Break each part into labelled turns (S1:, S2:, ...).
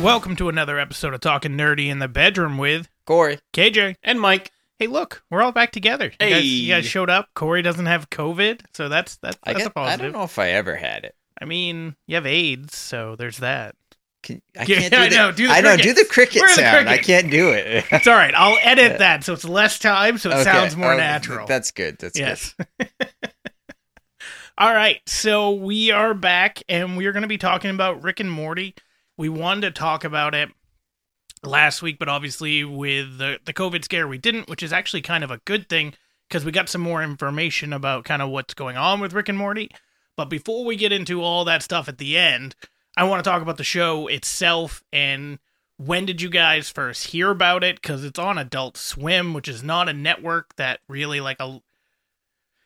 S1: Welcome to another episode of Talking Nerdy in the Bedroom with
S2: Corey
S1: KJ.
S2: and Mike.
S1: Hey, look, we're all back together. You, guys, you
S2: Hey.
S1: guys showed up. Corey doesn't have COVID, so that's that's
S2: I
S1: that's
S2: guess
S1: a
S2: I
S1: positive.
S2: don't know if I ever had it.
S1: I mean, you have AIDS, so there's that.
S2: Can, I
S1: Yeah,
S2: can't do
S1: I
S2: the,
S1: know, do the
S2: I know. Do
S1: crickets.
S2: the cricket
S1: Where are the
S2: sound. I
S1: crickets?
S2: can't do it.
S1: It's all right. I'll edit that so it's less time, so it
S2: Okay.
S1: sounds more
S2: Oh,
S1: natural.
S2: That's good. That's
S1: yes. All right, so we are back, and we are going to be talking about Rick and Morty. We wanted to talk about it last week, but obviously with the the COVID scare, we didn't, which is actually kind of a good thing because we got some more information about kind of what's going on with Rick and Morty. But before we get into all that stuff at the end, I want to talk about the show itself and when did you guys first hear about it? Because it's on Adult Swim, which is not a network that really like a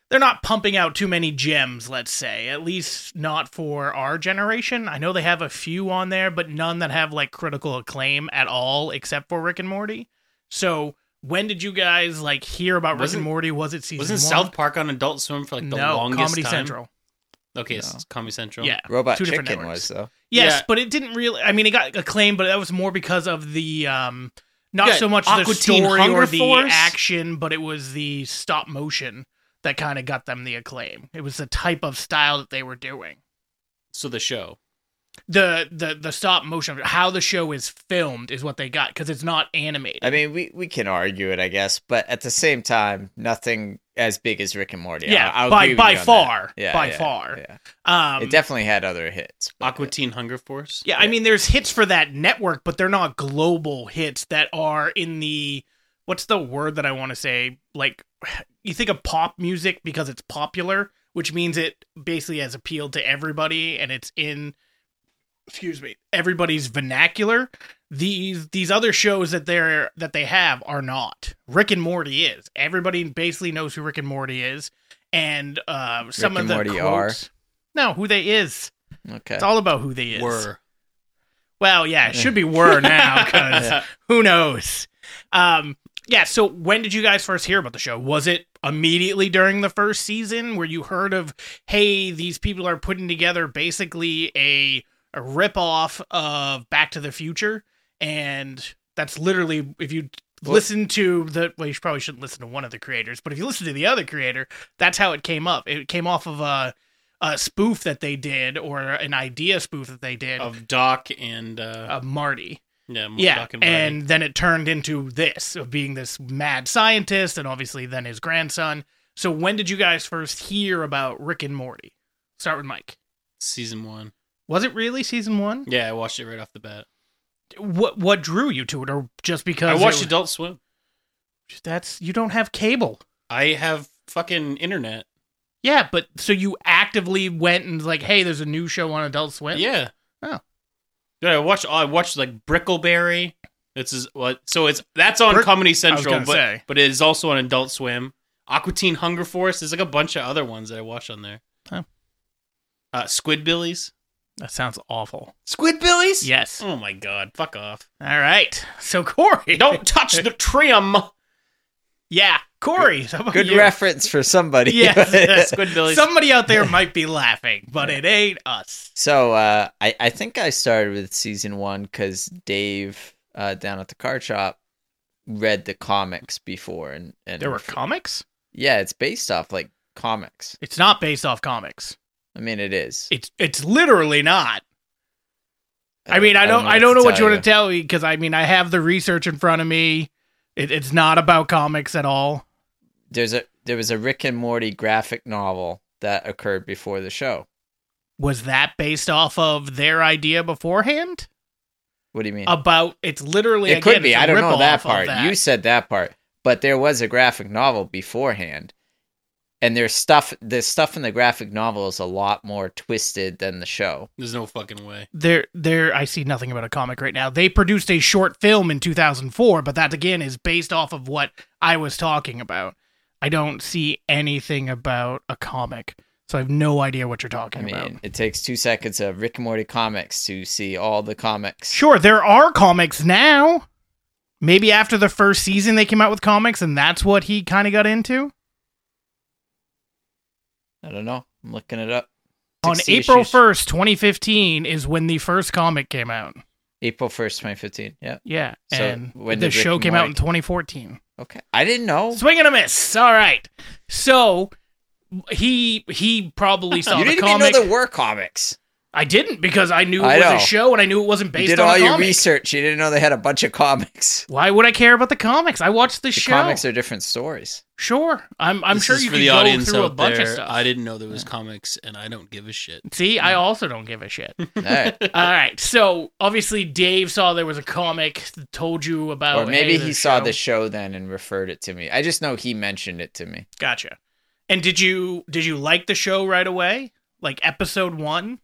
S1: they're not pumping out too many gems, let's say, at least not for our generation. I know they have a few on there, but none that have like critical acclaim at all, except for Rick and Morty. So when did you guys like hear about Rick
S3: Wasn't-
S1: and Morty? Was it season
S3: Wasn't
S1: one?
S3: South Park on Adult Swim for like the
S1: no,
S3: longest
S1: Comedy
S3: time?
S1: Central.
S3: Okay,
S2: No.
S3: it's Comedy Central.
S1: Yeah,
S2: good. Robot
S1: Two different
S2: Chicken
S1: networks.
S2: was though.
S1: Yes,
S3: Yeah.
S1: but it didn't really. I mean, it got acclaimed, but that was more because of the um, not
S3: Yeah,
S1: so much the
S3: Aqua Teen
S1: story
S3: Hunger
S1: or the
S3: Force.
S1: action, but it was the stop motion that kind of got them the acclaim. It was the type of style that they were doing.
S3: So the show.
S1: The the the stop motion, how the show is filmed, is what they got because it's not animated.
S2: I mean, we we can argue it, I guess, but at the same time, nothing as big as Rick and Morty. I-
S1: yeah,
S2: I'll
S1: by
S2: agree with
S1: by
S2: you on
S1: far,
S2: that. Yeah,
S1: by
S2: yeah,
S1: far.
S2: yeah.
S1: Um,
S2: it definitely had other hits. but-
S3: Aqua Teen Hunger Force.
S1: Yeah, I mean, there's hits for that network, but they're not global hits that are in the what's the word that I want to say? Like, you think of pop music because it's popular, which means it basically has appealed to everybody and it's in, excuse me, everybody's vernacular. These these other shows that they're that they have are not. Rick and Morty is. Everybody basically knows who Rick and Morty is, and uh, some
S2: Rick
S1: of
S2: and
S1: the
S2: Morty are? Uh,
S1: quotes. No, who they is.
S2: Okay.
S1: It's all about who they is.
S3: were.
S1: Well, yeah, it should be were now because
S2: Yeah.
S1: who knows? Um, yeah. So when did you guys first hear about the show? Was it immediately during the first season where you heard of, hey, these people are putting together basically a a ripoff of Back to the Future, and that's literally if you
S2: Well-
S1: listen to the well, you probably shouldn't listen to one of the creators, but if you listen to the other creator, that's how it came up. It came off of a. A spoof that they did, or an idea spoof that they did
S3: of Doc and uh,
S1: of Marty.
S3: yeah, Doc
S1: Oh. Yeah,
S3: Mm, and, Marty.
S1: and then it turned into this of being this mad scientist, and obviously then his grandson. So when did you guys first hear about Rick and Morty? Start with Mike.
S3: season one.
S1: Was it really season one?
S3: Yeah, I watched it right off the bat.
S1: What what drew you to it, or just because
S3: I watched
S1: it,
S3: Adult Swim.
S1: was- That's you don't have cable.
S3: I have fucking internet.
S1: Yeah, but so you actively went and was like, hey, there's a new show on Adult Swim.
S3: Yeah.
S1: Oh.
S3: Dude, I watched. oh, I watched like Brickleberry. This is what. So it's that's on
S1: Brick-
S3: Comedy
S1: I was
S3: Central,
S1: gonna
S3: but
S1: say.
S3: but it is also on Adult Swim. Aqua Teen Hunger Force. There's like a bunch of other ones that I watched on there.
S1: Huh.
S3: Uh, Squidbillies.
S1: that sounds awful.
S3: Squidbillies?
S1: Yes.
S3: Oh my god, fuck off.
S1: All right. So Corey,
S3: Don't touch the trim.
S1: yeah, Corey. how about
S2: Good
S1: you?
S2: reference for somebody.
S1: Yes, yes.
S3: Squidbillies.
S1: Somebody out there might be laughing, but it ain't us.
S2: So uh, I I think I started with season one because Dave uh, down at the car shop read the comics before and and
S1: There were comics?
S2: yeah it's based off like comics.
S1: It's not based off comics.
S2: I mean it is.
S1: It's it's literally not. I mean, I don't I don't know what you want to tell me because I mean I have the research in front of me. It, it's not about comics at all.
S2: There's a there was a Rick and Morty graphic novel that occurred before the show.
S1: Was that based off of their idea beforehand?
S2: What do you mean?
S1: About it's literally
S2: it
S1: Uh, again,
S2: could be.
S1: it's a
S2: I don't know
S1: rip-off
S2: that
S1: of
S2: part.
S1: that.
S2: You said that part, but there was a graphic novel beforehand, and there's stuff. The stuff in the graphic novel is a lot more twisted than the show.
S3: There's no fucking way.
S1: there there I see nothing about a comic right now. They produced a short film in 2004, but that again is based off of what I was talking about. I don't see anything about a comic. So I have no idea what you're talking
S2: I mean,
S1: about.
S2: it takes two seconds of Rick and Morty comics to see all the comics.
S1: Sure, there are comics now. Maybe after the first season they came out with comics and that's what he kind of got into.
S2: I don't know. I'm looking it up.
S1: On
S2: 60
S1: April
S2: issues.
S1: 1st, 2015 is when the first comic came out.
S2: April 1st, 2015. Yeah.
S1: Yeah.
S2: So,
S1: and
S2: when
S1: the
S2: did Rick
S1: show
S2: and
S1: came out in
S2: Morty-
S1: 2014.
S2: Okay. I didn't know.
S1: Swing and a miss. All right. So he he probably saw
S2: You
S1: the
S2: didn't even know
S1: comic.
S2: there were comics.
S1: I didn't because I knew it
S2: I
S1: was
S2: know.
S1: a show and I knew it wasn't
S2: You
S1: based
S2: did
S1: on
S2: all
S1: a
S2: your
S1: comic.
S2: research. You didn't know they had a bunch of comics.
S1: Why would I care about the comics? I watched the,
S2: The
S1: show.
S2: comics are different stories.
S1: sure. I'm I'm
S3: This
S1: sure
S3: is
S1: you
S3: for
S1: could
S3: the
S1: go
S3: audience
S1: through a
S3: out
S1: bunch
S3: there.
S1: of stuff.
S3: I didn't know there was comics, and I don't give a shit.
S1: See, I also don't give a shit.
S2: All right.
S1: All right. So obviously Dave saw there was a comic, told you about
S2: or maybe
S1: Oh, hey,
S2: he
S1: this
S2: saw
S1: show.
S2: the show then and referred it to me. I just know he mentioned it to me.
S1: Gotcha. And did you did you like the show right away? Like episode one?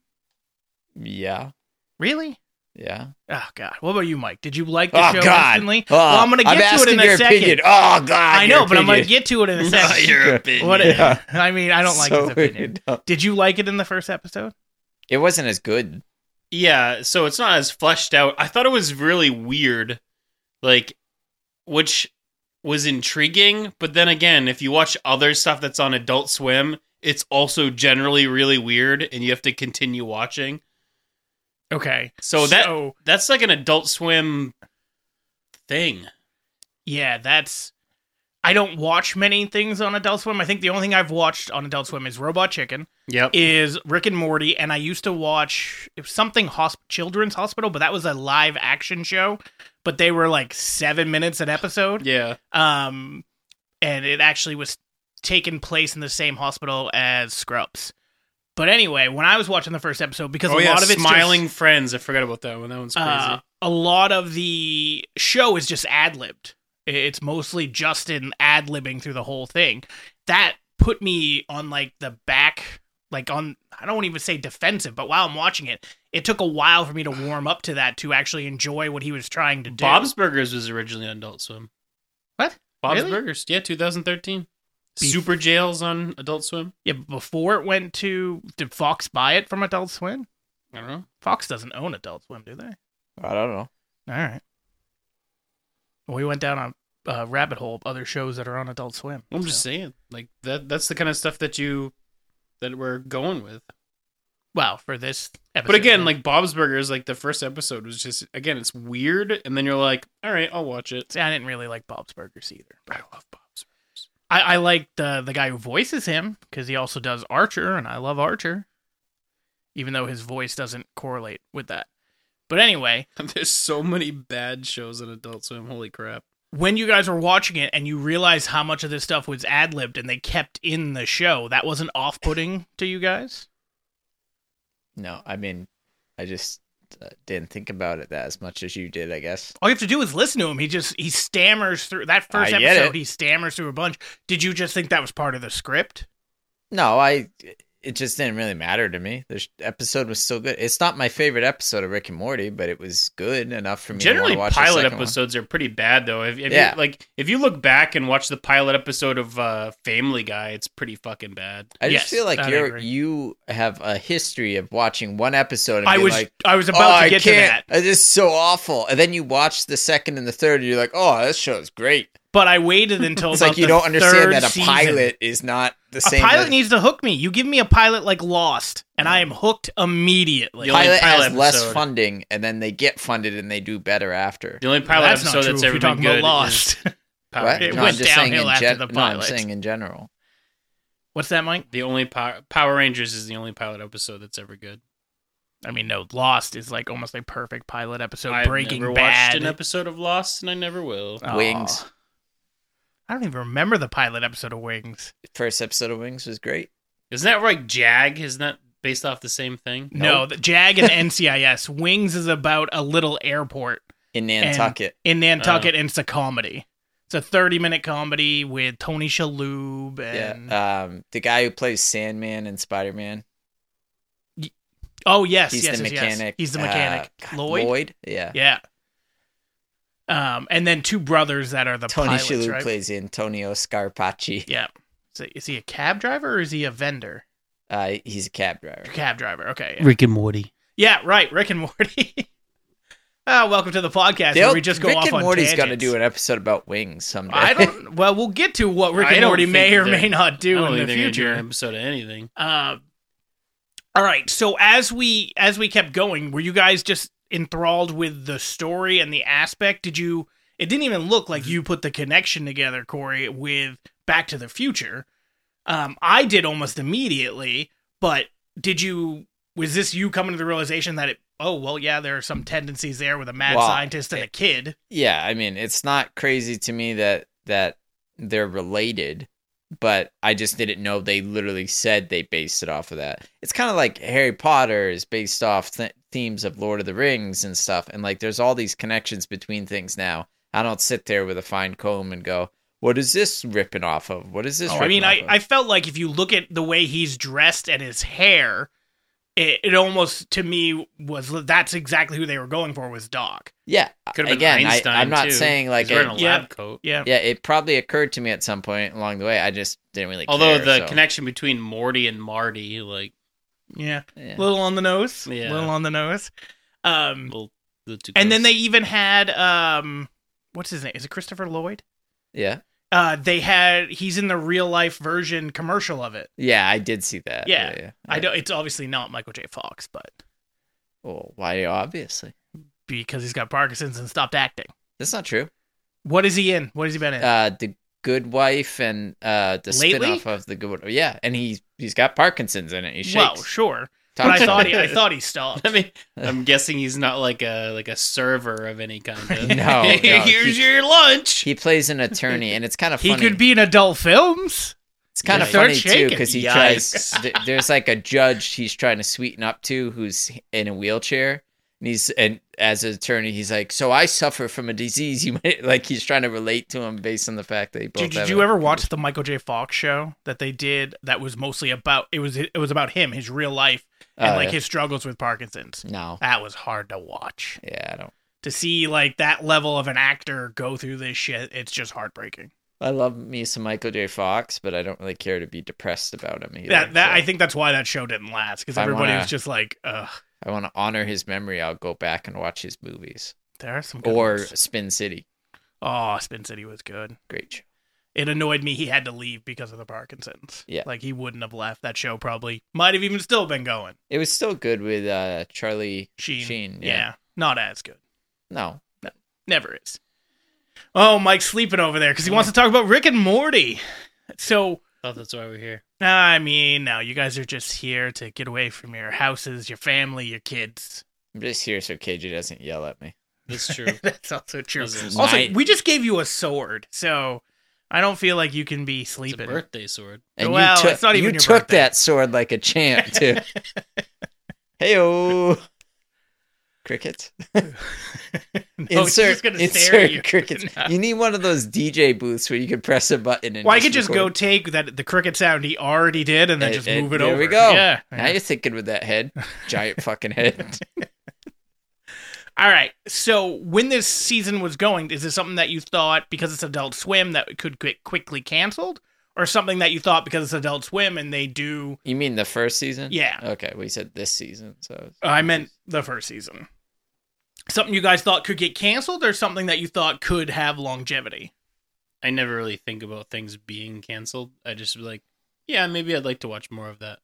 S2: Yeah.
S1: Really?
S2: Yeah.
S1: Oh God. What about you, Mike? Did you like the
S2: Oh
S1: show
S2: God.
S1: instantly?
S2: Oh,
S1: well, I'm gonna get to it
S2: asking
S1: in a
S2: your
S1: second.
S2: Opinion. Oh God.
S1: I
S2: your
S1: know, but I'm gonna
S2: opinion.
S1: get to it in a second.
S3: Your opinion.
S1: What?
S2: Yeah.
S1: I mean, I don't like
S2: So
S1: his opinion.
S2: weird.
S1: Did you like it in the first episode?
S2: It wasn't as good.
S3: Yeah, so it's not as fleshed out. I thought it was really weird, like, which was intriguing. But then again, if you watch other stuff that's on Adult Swim, it's also generally really weird, and you have to continue watching.
S1: Okay.
S3: So that
S1: So,
S3: that's like an Adult Swim thing.
S1: yeah, that's. I don't watch many things on Adult Swim. I think the only thing I've watched on Adult Swim is Robot Chicken,
S3: Yep.
S1: is Rick and Morty, and I used to watch it was something hosp- Children's Hospital, but that was a live action show. But they were like seven minutes an episode.
S3: yeah.
S1: um, and it actually was taking place in the same hospital as Scrubs. But anyway, when I was watching the first episode, because
S3: Oh
S1: a
S3: yeah.
S1: lot of it's
S3: Smiling
S1: just,
S3: Friends. I forgot about that one. That one's crazy.
S1: uh, a lot of the show is just ad libbed. It's mostly Justin ad libbing through the whole thing. That put me on like the back, like on I don't even say defensive, but while I'm watching it, it took a while for me to warm up to that to actually enjoy what he was trying to do.
S3: Bob's Burgers was originally on Adult Swim.
S1: What?
S3: Bob's
S1: Really?
S3: Burgers. Yeah, 2013.
S1: Beef.
S3: Super Jails on Adult Swim.
S1: Yeah, but before it went to did Fox buy it from Adult Swim?
S3: I don't know.
S1: Fox doesn't own Adult Swim, do they? All
S2: I don't know.
S1: right. Well, we went down a uh, rabbit hole of other shows that are on Adult Swim.
S3: I'm just
S1: so-
S3: saying, like that—that's the kind of stuff that you that we're going with.
S1: well for this episode.
S3: But again,
S1: yeah.
S3: like Bob's Burgers, like the first episode was just again, it's weird, and then you're like, all right, I'll watch it.
S1: See, I didn't really like Bob's Burgers either.
S3: I love Bob's.
S1: I, I like the the guy who voices him because he also does Archer, and I love Archer, even though his voice doesn't correlate with that. But anyway,
S3: Burgers. There's so many bad shows on Adult Swim. Holy crap!
S1: when you guys were watching it and you realized how much of this stuff was ad libbed and they kept in the show, that wasn't off putting to you guys?
S2: No, I mean, I just uh, didn't think about it that as much as you did. I guess.
S1: All you have to do is listen to him. He just he stammers through that first
S2: I get
S1: episode.
S2: it.
S1: He stammers through a bunch. Did you just think that was part of the script?
S2: No, I. It just didn't really matter to me. The sh- episode was still good. It's not my favorite episode of Rick and Morty, but it was good enough for me.
S3: Generally,
S2: to wanna watch the
S3: pilot
S2: second one.
S3: episodes are pretty bad, though. If, if
S2: Yeah.
S3: you, like if you look back and watch the pilot episode of uh, Family Guy, it's pretty fucking bad.
S2: I just
S1: Yes,
S2: feel like
S1: I
S2: you're
S1: agree.
S2: you have a history of watching one episode and
S1: I
S2: being
S1: was
S2: like,
S1: I was
S2: oh,
S1: about to
S2: I
S1: get to
S2: can't.
S1: that,
S2: This is so awful. And then you watch the second and the third, and you're like, oh, this show's great.
S1: but I waited until
S2: It's
S1: about
S2: like you
S1: the
S2: don't understand
S1: third
S2: that a
S1: season.
S2: pilot is not the
S1: A
S2: same.
S1: pilot
S2: as-
S1: needs to hook me. You give me a pilot like Lost, and I am hooked immediately.
S3: You'll-
S2: pilot,
S3: pilot
S2: has less
S3: episode.
S2: funding, and then they get funded and they do better after.
S3: The only pilot
S1: that's
S3: episode
S1: not true.
S3: that's
S1: if
S3: ever
S1: you're talking
S3: been good
S1: about Lost,
S3: is Power
S2: What?
S1: It
S3: Rangers.
S2: No, I'm
S1: went
S2: just saying in
S1: downhill after
S2: gen-
S1: the
S2: No, I'm
S1: pilot.
S2: saying in general.
S1: what's that, Mike?
S3: The only Power, Power Rangers is the only pilot episode that's ever good.
S1: I mean, no, Lost is like almost a perfect pilot episode.
S3: I've
S1: Breaking
S3: never
S1: Bad,
S3: watched an episode of Lost, and I never will.
S1: Aw.
S2: Wings.
S1: I don't even remember the pilot episode of Wings.
S2: First episode of Wings was great.
S3: Isn't that like Jag? Isn't that based off the same thing?
S1: No,
S2: Nope.
S1: the Jag and NCIS. Wings is about a little airport
S2: In Nantucket.
S1: in Nantucket, and it's a comedy. It's a thirty-minute comedy with Tony Shalhoub and
S2: yeah. Um, the guy who plays Sandman and Spider Man.
S1: oh yes,
S2: He's
S1: yes,
S2: the
S1: yes, yes.
S2: mechanic.
S1: He's the
S2: uh,
S1: mechanic,
S2: God,
S1: Lloyd.
S2: Lloyd? Yeah.
S1: Yeah. Um, and then two brothers that are the
S2: Tony
S1: pilots,
S2: Shalhoub
S1: right?
S2: plays Antonio Scarpacci.
S1: Yeah. So is he a cab driver or is he a vendor?
S2: Uh, he's a cab driver.
S1: Cab driver. Okay. Yeah,
S3: Rick and Morty.
S1: Yeah, right. Rick and Morty. Ah, welcome to the podcast
S2: They'll-
S1: where we just go
S2: Rick
S1: off
S2: and
S1: on
S2: Morty's
S1: tangents.
S2: gonna do an episode about wings someday.
S1: I don't. Well, we'll get to what Rick
S3: I
S1: and
S3: don't
S1: Morty may
S3: think
S1: or
S3: they're-
S1: may not
S3: I
S1: do
S3: don't
S1: in the
S3: think they're gonna do
S1: future.
S3: an episode of anything.
S1: Uh, all right. So as we as we kept going, were you guys just enthralled with the story and the aspect? Did you? It didn't even look like
S3: Mm-hmm.
S1: you put the connection together, Corey, with Back to the Future. Um, I did almost immediately, but did you? Was this you coming to the realization that it? Oh well, yeah, there are some tendencies there with a mad
S2: Well,
S1: scientist and a kid.
S2: yeah i mean it's not crazy to me that that they're related but i just didn't know they literally said they based it off of that it's kind of like harry potter is based off th- themes of lord of the rings and stuff and like there's all these connections between things now i don't sit there with a fine comb and go what is this ripping off of what is this
S1: Oh, I mean, I,
S2: ripping off
S1: I
S2: of?"
S1: felt like if you look at the way he's dressed and his hair, it, it almost to me was that's exactly who they were going for was Doc.
S2: yeah
S3: Could have been
S2: again I,
S3: Einstein,
S2: i'm not
S3: too.
S2: saying like
S3: He's wearing a
S2: it,
S1: Yeah.
S3: lab coat.
S1: Yeah,
S2: yeah it probably occurred to me at some point along the way i just didn't really
S3: Although
S2: care,
S3: the
S2: so,
S3: connection between Morty and Marty, like
S1: yeah,
S2: yeah.
S1: little on the nose,
S3: Yeah.
S1: little on the nose. Um,
S3: well, the two
S1: and then
S3: ghosts.
S1: they even had um, what's his name? Is it Christopher Lloyd?
S2: yeah
S1: Uh, they had he's in the real life version commercial of it.
S2: Yeah, I did see that.
S1: Yeah,
S2: yeah.
S1: I don't. It's obviously not Michael J. Fox, but
S2: Well, why? Obviously,
S1: because he's got Parkinson's and stopped acting.
S2: that's not true.
S1: What is he in? What has he been in?
S2: Uh, the Good Wife and uh, the
S1: Lately?
S2: spin-off of the Good. Yeah, and he's he's got Parkinson's in it. He shakes.
S1: well, sure, but
S2: Talks
S1: I
S2: about
S1: thought
S2: it.
S1: he, I thought he stopped.
S3: I mean, I'm guessing he's not like a like a server of any kind. Of,
S2: No, no,
S3: here's
S2: he-
S3: your lunch.
S2: he plays an attorney, and it's kind of
S1: He
S2: funny.
S1: could be in adult films.
S2: it's kind of
S3: Start
S2: funny too
S1: shaking.
S2: because he
S3: Yikes.
S2: tries. th- There's like a judge he's trying to sweeten up to who's in a wheelchair. And he's and as an attorney, he's like, so I suffer from a disease. You might like he's trying to relate to him based on the fact that he both.
S1: Did, did
S2: have
S1: you
S2: a-
S1: ever watch the Michael J. Fox show that they did? That was mostly about it was it was about him, his real life, and
S2: Oh,
S1: like
S2: yeah.
S1: his struggles with Parkinson's.
S2: No.
S1: That was hard to watch.
S2: Yeah, I don't.
S1: To see like that level of an actor go through this shit, it's just heartbreaking.
S2: I love me some Michael J. Fox, but I don't really care to be depressed about him either.
S1: that that
S2: so
S1: I think that's why that show didn't last because
S2: I
S1: everybody
S2: wanna-
S1: was just like, "Ugh,
S2: I want to honor his memory. I'll go back and watch his movies
S1: there are some." Good
S2: or
S1: ones.
S2: Spin City.
S1: oh, Spin City was good.
S2: Great show.
S1: It annoyed me he had to leave because of the Parkinson's.
S2: Yeah.
S1: like he wouldn't have left. That show probably might have even still been going.
S2: It was still good with uh, Charlie
S1: Sheen,
S2: Sheen,
S1: yeah.
S2: yeah.
S1: not as good.
S2: No,
S1: Never is. Oh, Mike's sleeping over there because he wants to talk about Rick and Morty. So,
S3: thought Oh, that's why we're here.
S1: I mean, no, you guys are just here to get away from your houses, your family, your kids.
S2: I'm just here so KJ doesn't yell at me.
S3: That's true.
S1: That's also true.
S3: This is-
S1: Also,
S2: My-
S1: we just gave you a sword, so I don't feel like you can be
S3: It's a
S1: sleeping.
S3: birthday sword.
S2: And
S1: Well,
S2: you took,
S1: it's not even
S2: you
S1: your
S2: took
S1: birthday.
S2: that sword like a champ, too. Heyo, cricket.
S1: No, it's
S2: insert
S1: just gonna stare at
S2: insert
S1: you.
S2: crickets.
S1: No.
S2: You need one of those DJ booths where you can press a button and.
S1: Well, I could just
S2: record.
S1: go take that the cricket sound he already did and then
S2: Eh,
S1: just
S2: eh,
S1: move it
S2: there
S1: over.
S2: we go.
S1: Yeah.
S2: Now you're thinking with that head, giant fucking head.
S1: All right. So when this season was going, is this something that you thought because it's Adult Swim that it could get quickly canceled, or something that you thought because it's Adult Swim and they do?
S2: You mean the first season?
S1: Yeah,
S2: Okay, we said this season, so
S1: uh, I meant the first season. Something you guys thought could get canceled, or something that you thought could have longevity.
S3: I never really think about things being canceled. I just be like, yeah, maybe I'd like to watch more of that.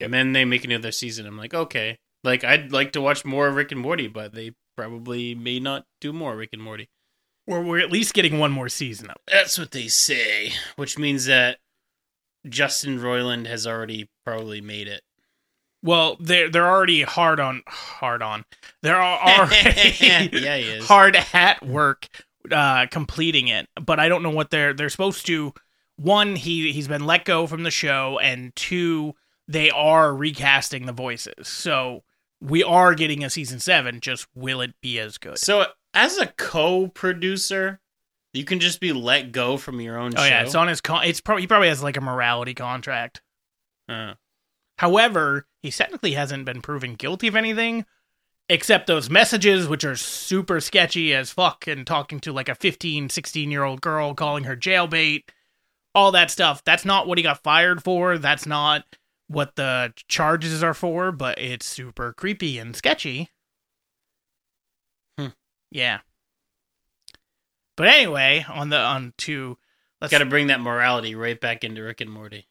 S3: And then they make another season. I'm like, okay. Like I'd like to watch more of Rick and Morty, but they probably may not do more Rick and Morty.
S1: Or we're at least getting one more season of.
S3: That's what they say, which means that Justin Roiland has already probably made it.
S1: Well, they're they're already hard on hard on. They're al-
S3: yeah,
S1: already
S3: he is.
S1: hard at work uh completing it but i don't know what they're they're supposed to one he he's been let go from the show and two they are recasting the voices so we are getting a season seven just will it be as good
S3: So as a co-producer, you can just be let go from your own
S1: oh
S3: show.
S1: yeah it's on his con it's probably he probably has like a morality contract
S3: Uh,
S1: however he technically hasn't been proven guilty of anything except those messages which are super sketchy as fuck and talking to like a 15 16 year old girl calling her jailbait all that stuff. That's not what he got fired for. That's not what the charges are for, but it's super creepy and sketchy.
S3: Hmm.
S1: Yeah. But anyway, on the on to let's
S3: Got to bring that morality right back into Rick and Morty.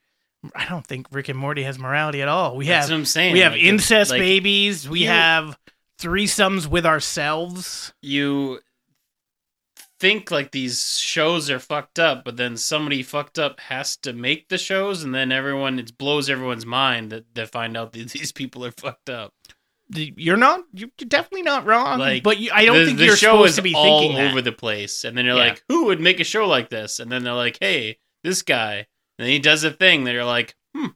S1: I don't think Rick and Morty has morality at all. We
S3: That's
S1: have
S3: what I'm saying.
S1: we have
S3: Like, it's-
S1: incest
S3: like,
S1: babies. We
S3: you-
S1: have threesomes with ourselves.
S3: you think like these shows are fucked up, but then somebody fucked up has to make the shows, and then everyone it blows everyone's mind that they find out that these people are fucked up.
S1: The- You're not. You're definitely not wrong.
S3: Like,
S1: but you, I don't
S3: the,
S1: think
S3: the
S1: you're
S3: show
S1: supposed
S3: is
S1: to be
S3: all
S1: thinking that.
S3: over the place, and then you're
S1: Yeah.
S3: like, who would make a show like this? And then they're like, hey, this guy, and he does a thing that you're like, hmm,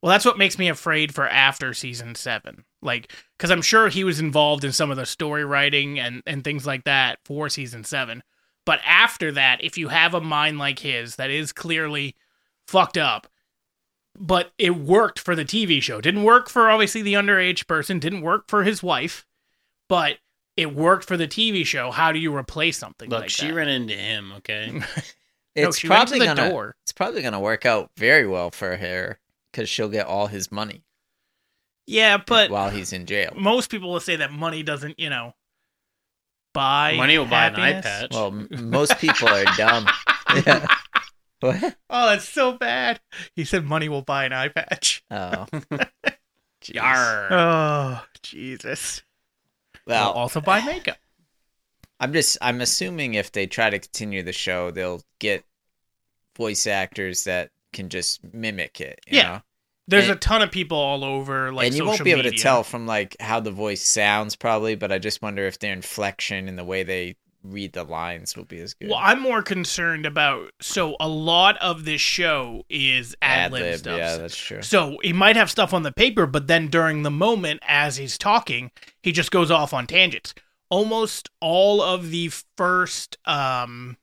S1: Well, that's what makes me afraid for after season seven. Like, because I'm sure he was involved in some of the story writing and, and things like that for season seven. But after that, if you have a mind like his that is clearly fucked up, but it worked for the TV show, didn't work for obviously the underage person, didn't work for his wife, but it worked for the TV show. How do you replace something
S3: look,
S1: like
S3: she
S1: that?
S3: ran into him. Okay,
S1: No,
S2: It's
S1: she went
S2: probably
S1: to the
S2: gonna
S1: door.
S2: it's probably gonna work out very well for her because she'll get all his money
S1: Yeah, but
S2: while he's in jail.
S1: most people will say that money doesn't, you know, buy
S3: money will buy an eye
S1: happiness.
S3: patch.
S2: Well, m- most people are dumb. Yeah. What?
S1: Oh, that's so bad. He said money will buy an eye patch.
S2: Oh, jeez.
S3: Yarr.
S1: Oh, Jesus. Well,
S2: Well,
S1: also buy makeup.
S2: I'm just I'm assuming if they try to continue the show, they'll get voice actors that can just mimic it. you
S1: Yeah,
S2: know?
S1: There's
S2: and-
S1: a ton of people all over, like,
S2: and you won't
S1: social
S2: be able to
S1: media.
S2: tell from like how the voice sounds probably, but I just wonder if their inflection and the way they read the lines will be as good.
S1: Well, I'm more concerned about. So, a lot of this show is ad lib stuff.
S2: yeah, that's true.
S1: So he might have stuff on the paper, but then during the moment as he's talking, he just goes off on tangents. Almost all of the first um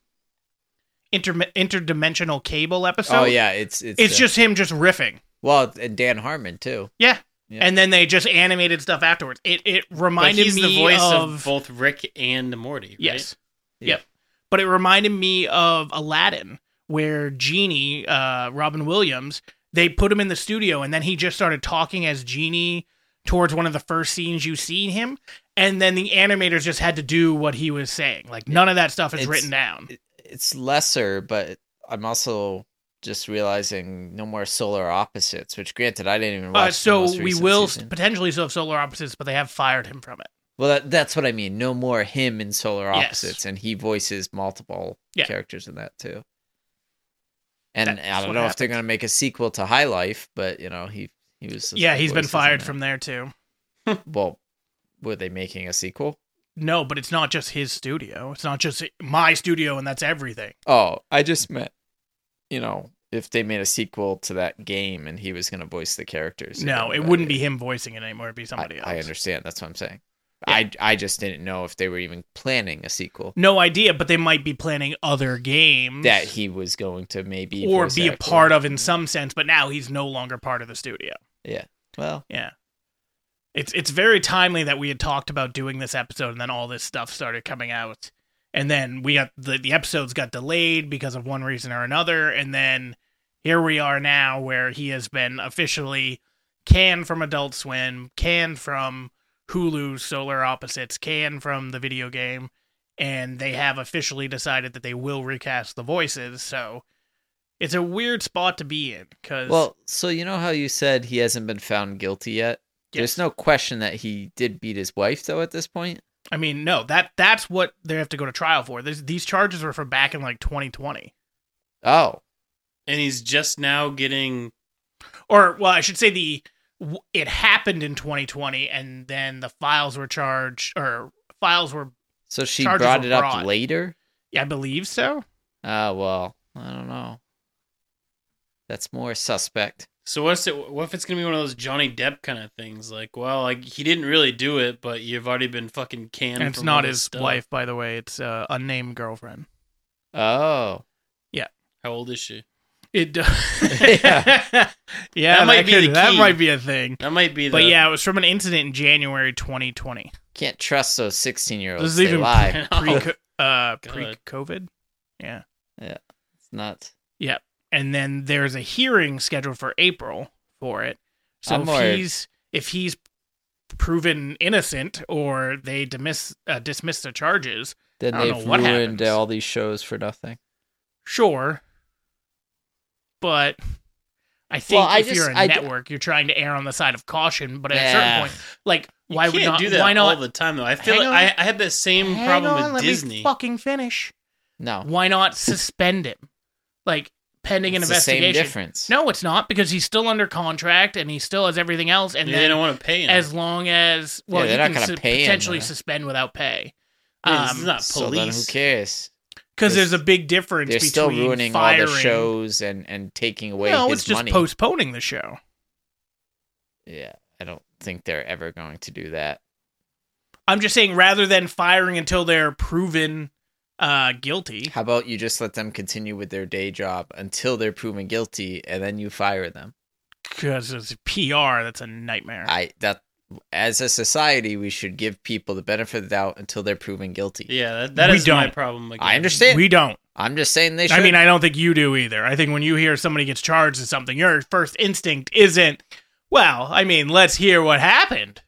S1: inter- interdimensional cable episode.
S2: oh yeah, it's it's,
S1: It's
S2: uh,
S1: just him just riffing.
S2: well, and Dan Harmon too. Yeah.
S1: And then they just animated stuff afterwards. It it
S3: But
S1: reminded
S3: he's
S1: me
S3: the voice of...
S1: of
S3: both Rick and Morty. Right?
S1: Yes.
S2: Yeah.
S1: Yep. But it reminded me of Aladdin, where Genie, uh, Robin Williams, they put him in the studio and then he just started talking as Genie towards one of the first scenes you seen him. And then the animators just had to do what he was saying. Like none of that stuff is
S2: It's-
S1: written down.
S2: it- It's lesser, but I'm also just realizing no more solar opposites. Which, granted, I didn't even watch.
S1: Uh,
S2: the
S1: so
S2: most
S1: we
S2: recent
S1: will
S2: season.
S1: potentially still have solar opposites, but they have fired him from it.
S2: Well, that, that's what I mean. No more him in Solar
S1: Yes.
S2: Opposites, and he voices multiple
S1: Yeah.
S2: characters in that too. And
S1: That's
S2: I
S1: what
S2: don't know if they're
S1: happened.
S2: going to make a sequel to High Life, but you know he he was.
S1: yeah,
S2: he
S1: he's been fired from there too.
S2: Well, were they making a sequel?
S1: No, but it's not just his studio. It's not just my studio, and that's everything.
S2: Oh, I just meant, you know, if they made a sequel to that game and he was going to voice the characters.
S1: No,
S2: again,
S1: it
S2: but
S1: wouldn't be him voicing it anymore. It'd be somebody
S2: I,
S1: else.
S2: I understand. That's what I'm saying.
S1: Yeah.
S2: I I just didn't know if they were even planning a sequel
S1: No idea, but they might be planning other games
S2: that he was going to maybe
S1: Mm-hmm. or
S2: voice
S1: be a
S2: act
S1: part
S2: in.
S1: of in some sense. But now he's no longer part of the studio.
S2: Well,
S1: Yeah, it's it's very timely that we had talked about doing this episode, and then all this stuff started coming out, and then we got the the episodes got delayed because of one reason or another, and then here we are now where he has been officially canned from Adult Swim, canned from Hulu Solar Opposites, canned from the video game, and they have officially decided that they will recast the voices. So it's a weird spot to be in because
S2: Well, so you know how you said he hasn't been found guilty yet? There's no question that he did beat his wife though at this point.
S1: I mean, no, that that's what they have to go to trial for. This, these charges were for back in like 2020.
S2: Oh.
S3: and he's just now getting
S1: Or well, I should say the w- it happened in 2020 and then the files were charged or files were
S2: So she
S1: Charges
S2: brought
S1: were
S2: it up
S1: brought.
S2: later?
S1: I believe so.
S2: Ah, well, I don't know. That's more suspect.
S3: So what's it? What if it's gonna be one of those Johnny Depp kind of things? Like, well, like he didn't really do it, but you've already been fucking canned.
S1: And, it's
S3: from
S1: not
S3: all this
S1: his
S3: stuff.
S1: wife, by the way. It's uh, unnamed girlfriend.
S2: Oh.
S3: How old is she?
S1: It yeah,
S2: Yeah.
S1: yeah
S3: That
S1: that
S3: might
S1: might
S3: be
S1: be
S3: the
S1: that
S3: key.
S1: might be a thing.
S3: That might be. The,
S1: But yeah, it was from an incident in January 2020.
S2: Can't trust those 16-year-olds.
S1: This is
S2: they
S1: even
S2: lie.
S3: I
S1: pre
S3: know.
S1: uh, pre COVID.
S2: it's nuts.
S1: and then there's a hearing scheduled for April for it. So
S2: I'm
S1: if
S2: more-
S1: he's if he's proven innocent or they dismiss uh, dismiss the charges,
S2: Then
S1: I don't
S2: they've
S1: know what
S2: ruined
S1: happens.
S2: all these shows for nothing.
S1: sure. But I think
S2: Well, I
S1: if
S2: just-
S1: you're a
S2: I-
S1: network, you're trying to err on the side of caution. But at
S2: Yeah.
S1: a certain point, like
S3: You
S1: why
S3: can't
S1: would not?
S3: do that
S1: why not?
S3: all the time though? I feel
S1: Hang
S3: like
S1: on.
S3: I, I had the same
S1: Hang
S3: problem
S1: on,
S3: with
S1: let
S3: Disney.
S1: Me fucking finish.
S2: No,
S1: Why not suspend him? Like pending
S2: it's
S1: an
S2: the same
S1: investigation.
S2: difference.
S1: no, it's not because he's still under contract and he still has everything else. And
S3: and
S1: then
S3: they don't want to pay him.
S1: as long as well,
S2: Yeah,
S1: you
S2: they're
S1: can
S2: not gonna
S1: su-
S2: pay him,
S1: potentially
S2: though.
S1: suspend without pay.
S3: Yeah, this is
S1: Um,
S3: not
S2: so then who
S3: police.
S2: cares?
S1: because there's a
S2: there's-
S1: big difference
S2: They're
S1: between
S2: still ruining
S1: firing.
S2: all the shows and and taking away
S1: no,
S2: his
S1: it's just
S2: money.
S1: postponing the show.
S2: yeah, I don't think they're ever going to do that.
S1: I'm just saying, rather than firing until they're proven uh, guilty,
S2: How about you just let them continue with their day job until they're proven guilty, and then you fire them?
S1: because it's PR. That's a nightmare.
S2: I that as a society, we should give people the benefit of the doubt until they're proven guilty.
S3: yeah, that, that
S1: We
S3: is my
S1: don't.
S3: problem. Again.
S2: I understand.
S1: we don't.
S2: I'm just saying they should.
S1: I mean, I don't think you do either. I think when you hear somebody gets charged with something, your first instinct isn't, well, I mean, let's hear what happened.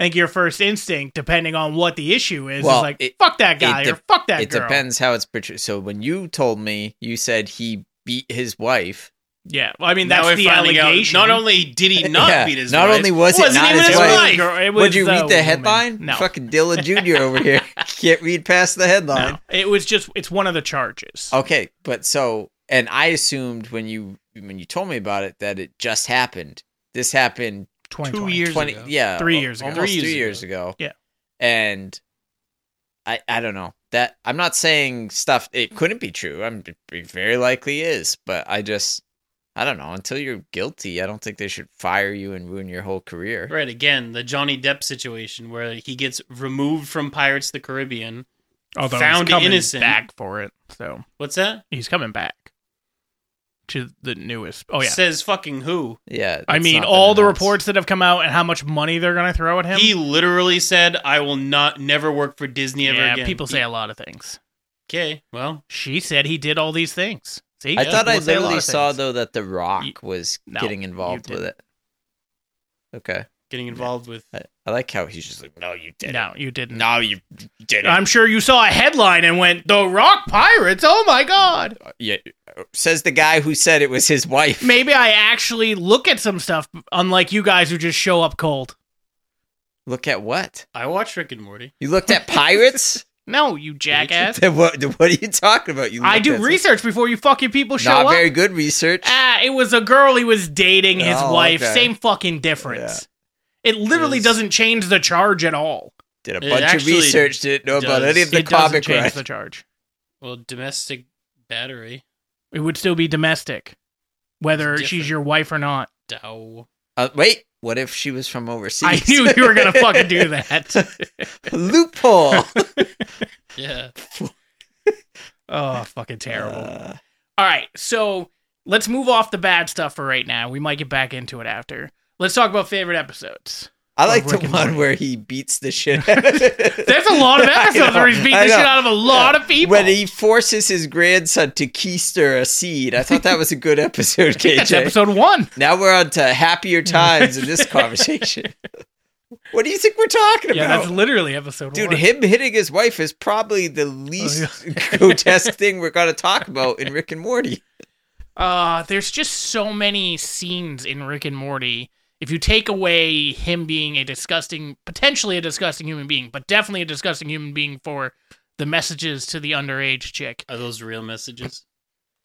S1: I think your first instinct, depending on what the issue is,
S2: Well,
S1: is like,
S2: it-
S1: fuck that guy
S2: it
S1: or
S2: de-
S1: fuck that
S2: it
S1: girl.
S2: depends how it's portrayed. So when you told me, you said he beat his wife.
S1: Yeah. Well, I mean,
S3: Now
S1: that's
S3: we're
S1: the
S3: finding out
S1: allegation.
S3: Not only did he not
S2: Yeah,
S3: beat his
S2: not
S3: wife,
S2: only was it
S3: wasn't
S2: not
S3: even
S2: his
S3: his
S2: wife.
S3: wife.
S1: girl, it
S2: Would
S1: was
S2: you
S1: the
S2: read the
S1: woman.
S2: headline?
S1: No.
S2: Fucking Dilla Jr. over here can't read past the Oh, headline.
S1: no. It was just, it's one of the charges.
S2: Okay, but so and I assumed when you when you told me about it that it just happened. This happened
S1: 2020.
S3: two years
S2: twenty
S3: ago.
S2: yeah
S1: Three
S2: al-
S1: years ago.
S2: almost
S3: Three
S2: two
S3: years
S2: years ago.
S1: Yeah.
S2: and I I don't know that I'm not saying stuff it couldn't be true. I'm it very likely is, but I just I don't know until you're guilty. I don't think they should fire you and ruin your whole career.
S3: Right again, the Johnny Depp situation where he gets removed from Pirates of the Caribbean.
S1: Although
S3: Found
S1: he's coming
S3: innocent.
S1: back for it. So
S3: What's that?
S1: he's coming back to the newest. Oh, yeah.
S3: Says fucking who?
S2: Yeah,
S1: I
S2: that's
S1: mean,
S2: not been
S1: all the
S2: announced.
S1: reports that have come out and how much money they're going to throw at him.
S3: He literally said, "I will not never work for Disney ever
S1: yeah,
S3: again."
S1: people say a lot of things.
S3: "Okay, well,
S1: She said he did all these things. See,
S2: I thought I
S1: People say a lot
S2: literally
S1: of
S2: saw
S1: things.
S2: though that The Rock
S1: You-
S2: was
S1: No,
S2: getting involved
S1: you
S2: with it. Okay,
S3: getting involved with
S2: I, I like how he's just like, no, you didn't.
S1: No, you didn't.
S2: No, you didn't.
S1: I'm sure you saw a headline and went, "The Rock Pirates." Oh my God!
S2: yeah, says the guy who said it was his wife.
S1: Maybe I actually look at some stuff, unlike you guys who just show up cold.
S2: Look at what
S3: I watched Rick and Morty.
S2: you looked at pirates.
S1: No, you jackass.
S2: Then what? then What are you talking about? You
S1: I
S2: looked at
S1: do
S2: some-
S1: research before you fucking people show
S2: Not
S1: up.
S2: very good research.
S1: Ah, it was a girl he was dating his
S2: Oh,
S1: wife.
S2: okay.
S1: Same fucking difference. It literally
S3: Yes.
S1: doesn't change the charge at all.
S2: Did a
S3: It
S2: bunch of
S3: actually
S2: research. Didn't know about
S3: does.
S2: any of the
S1: it doesn't
S2: comic
S1: change
S2: right.
S1: the charge.
S3: Well, domestic battery.
S1: It would still be domestic, whether
S3: It's
S1: she's
S3: different.
S1: your wife or not.
S3: Dow.
S2: Uh, wait, what if she was from overseas?
S1: I knew you were gonna fucking do that.
S2: Loophole.
S3: Yeah,
S1: Oh, fucking terrible.
S2: Uh,
S1: All right, so let's move off the bad stuff for right now. We might get back into it after. Let's talk about favorite episodes.
S2: I like the
S1: Rick and
S2: one
S1: Morty.
S2: where he beats the shit. out of
S1: There's a lot of
S2: I
S1: episodes
S2: know,
S1: where he's beating
S2: I
S1: the shit
S2: know.
S1: out of a lot of people.
S2: When he forces his grandson to keister a seed. I thought that was a good episode,
S1: That's
S2: KJ.
S1: episode one.
S2: Now we're on to happier times in this conversation. what do you think we're talking
S1: Yeah,
S2: about?
S1: that's Oh, literally episode
S2: Dude,
S1: one.
S2: him hitting his wife is probably the least grotesque thing we're going to talk about in Rick and Morty.
S1: Uh, there's just so many scenes in Rick and Morty. If you take away him being a disgusting, potentially a disgusting human being, but definitely a disgusting human being for the messages to the underage chick,
S3: are those real messages?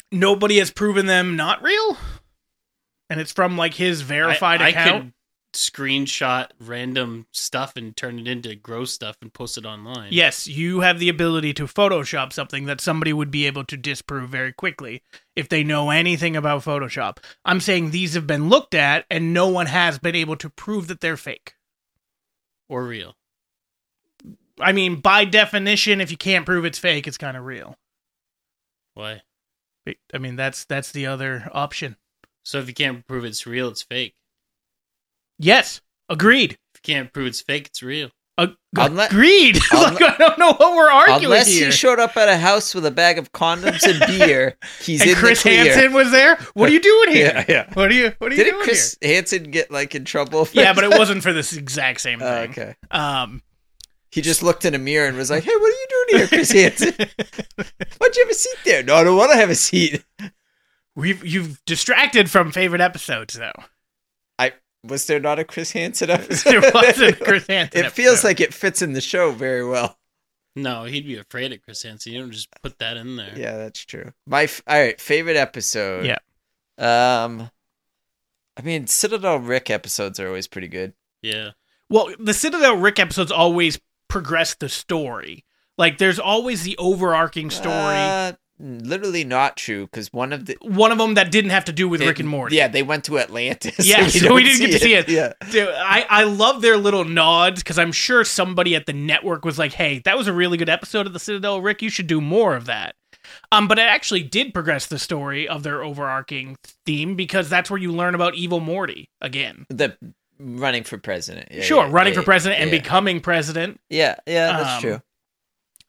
S1: nobody has proven them not real. And it's from like his verified
S3: I, I
S1: account.
S3: could screenshot random stuff and turn it into gross stuff and post it online.
S1: Yes, you have the ability to Photoshop something that somebody would be able to disprove very quickly if they know anything about Photoshop. I'm saying these have been looked at and no one has been able to prove that they're fake.
S3: or real.
S1: I mean, by definition, if you can't prove it's fake, it's kind of real.
S3: Why?
S1: I mean, that's that's the other option.
S3: So if you can't prove it's real, it's fake.
S1: Yes, agreed.
S3: If you can't prove it's fake, it's real.
S1: Ag-
S2: Unle-
S1: agreed. like, I don't know what we're arguing
S2: Unless
S1: here.
S2: he showed up at a house with a bag of condoms and beer, he's
S1: and
S2: in
S1: Chris
S2: the clear.
S1: Hansen was there. What are you doing here?
S2: Yeah, yeah.
S1: What are you? What are you
S2: Didn't
S1: doing
S2: Chris Hansen get like in trouble? For
S1: here? Yeah, but it wasn't for this exact same
S2: Oh,
S1: thing.
S2: okay.
S1: Um,
S2: He just looked in a mirror and was like, "Hey, what are you doing here, Chris Hansen? Why'd you have a seat there? No, I don't want to have a seat.
S1: We've you've distracted from favorite episodes though.
S2: Was there not a Chris Hansen
S1: There
S2: episode?
S1: wasn't a Chris Hansen.
S2: It feels
S1: episode.
S2: like it fits in the show very well.
S3: No, he'd be afraid of Chris Hansen. You don't just put that in there.
S2: Yeah, that's true. My f- all right favorite episode.
S1: Yeah.
S2: Um, I mean Citadel Rick episodes are always pretty good.
S3: Yeah.
S1: Well, the Citadel Rick episodes always progress the story. Like there's always the overarching story.
S2: Uh, literally not true because one of the
S1: One of them that didn't have to do with
S2: they-
S1: Rick and Morty.
S2: Yeah, they went to Atlantis.
S1: Yeah, so we
S2: don't
S1: didn't get to see it.
S2: Yeah.
S1: Dude, I, I love their little nods because I'm sure somebody at the network was like, hey, that was a really good episode of The Citadel, Rick. You should do more of that. Um, but it actually did progress the story of their overarching theme because that's where you learn about Evil Morty again.
S2: The running for president. Yeah,
S1: sure,
S2: yeah,
S1: running
S2: yeah,
S1: for president and
S2: yeah.
S1: becoming president.
S2: Yeah, yeah, that's
S1: Um,
S2: true.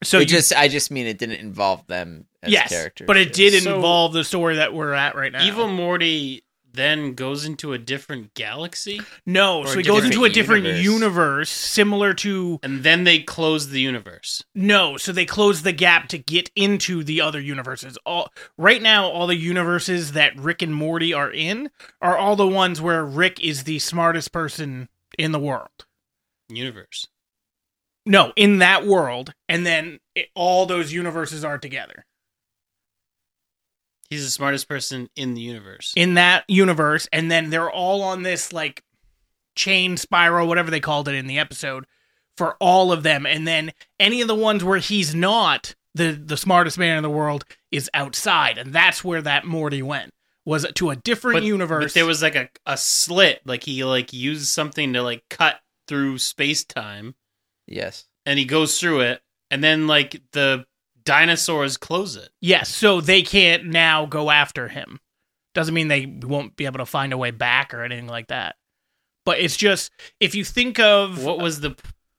S1: So
S2: it
S1: you,
S2: just I just mean it didn't involve them as
S1: yes,
S2: characters.
S1: but it did
S3: So-
S1: involve the story that we're at right now.
S3: Evil Morty then goes into a different galaxy,
S1: no,
S3: or
S1: so
S3: a
S1: it goes into a different
S2: different universe.
S1: universe similar to
S3: and then they close the universe.
S1: No, so they close the gap to get into the other universes. All right now, all the universes that Rick and Morty are in are all the ones where Rick is the smartest person in the world.
S3: Universe.
S1: No, in that world, and then it, all those universes are together
S3: He's the smartest person in the universe.
S1: in that universe, and then they're all on this like chain spiral, whatever they called it in the episode, for all of them, and then any of the ones where he's not the the smartest man in the world is outside, and that's where that Morty went was to a different universe.
S3: But there was like a, a slit, like he like used something to like cut through space time,
S2: yes.
S3: and he goes through it, and then like the dinosaurs close it.
S1: yes, so they can't now go after him. Doesn't mean they won't be able to find a way back or anything like that. But it's just if you think of
S3: What was the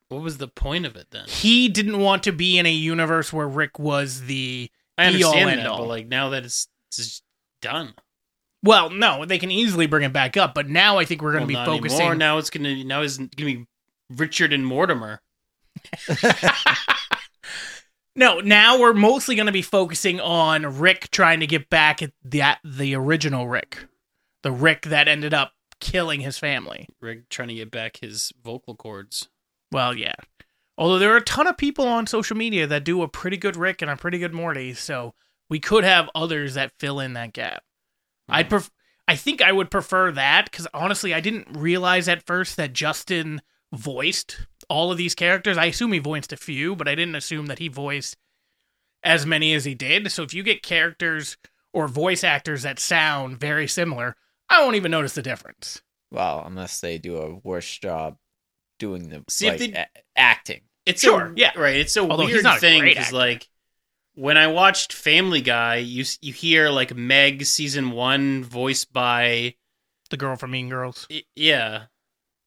S3: what was the point of it then?
S1: he didn't want to be in a universe where Rick was the
S3: I
S1: Be all,
S3: understand
S1: end
S3: that,
S1: all.
S3: but like now that it's, it's just done,
S1: well, no, they can easily bring it back up, but now I think we're going to
S3: Well,
S1: be
S3: not
S1: focusing
S3: anymore. Now it's gonna now it's gonna be Richard and Mortimer.
S1: No, now we're mostly going to be focusing on Rick trying to get back at the at the original Rick, the Rick that ended up killing his family.
S3: Rick trying to get back his vocal cords.
S1: Well, yeah. Although there are a ton of people on social media that do a pretty good Rick and a pretty good Morty, so we could have others that fill in that gap. I'd pref- I think I would prefer that because honestly, I didn't realize at first that Justin voiced all of these characters. I assume he voiced a few, but I didn't assume that he voiced as many as he did. So if you get characters or voice actors that sound very similar, I won't even notice the difference.
S2: Well, unless they do a worse job doing the
S3: See if
S2: like,
S3: they-
S2: a- acting.
S3: It's
S1: Sure,
S3: a,
S1: yeah.
S3: right. It's a
S1: Although he's
S3: weird
S1: not a
S3: thing
S1: great
S3: because
S1: actor.
S3: like when I watched Family Guy, you s- you hear like Meg season one voiced by
S1: The girl from Mean Girls.
S3: y- yeah,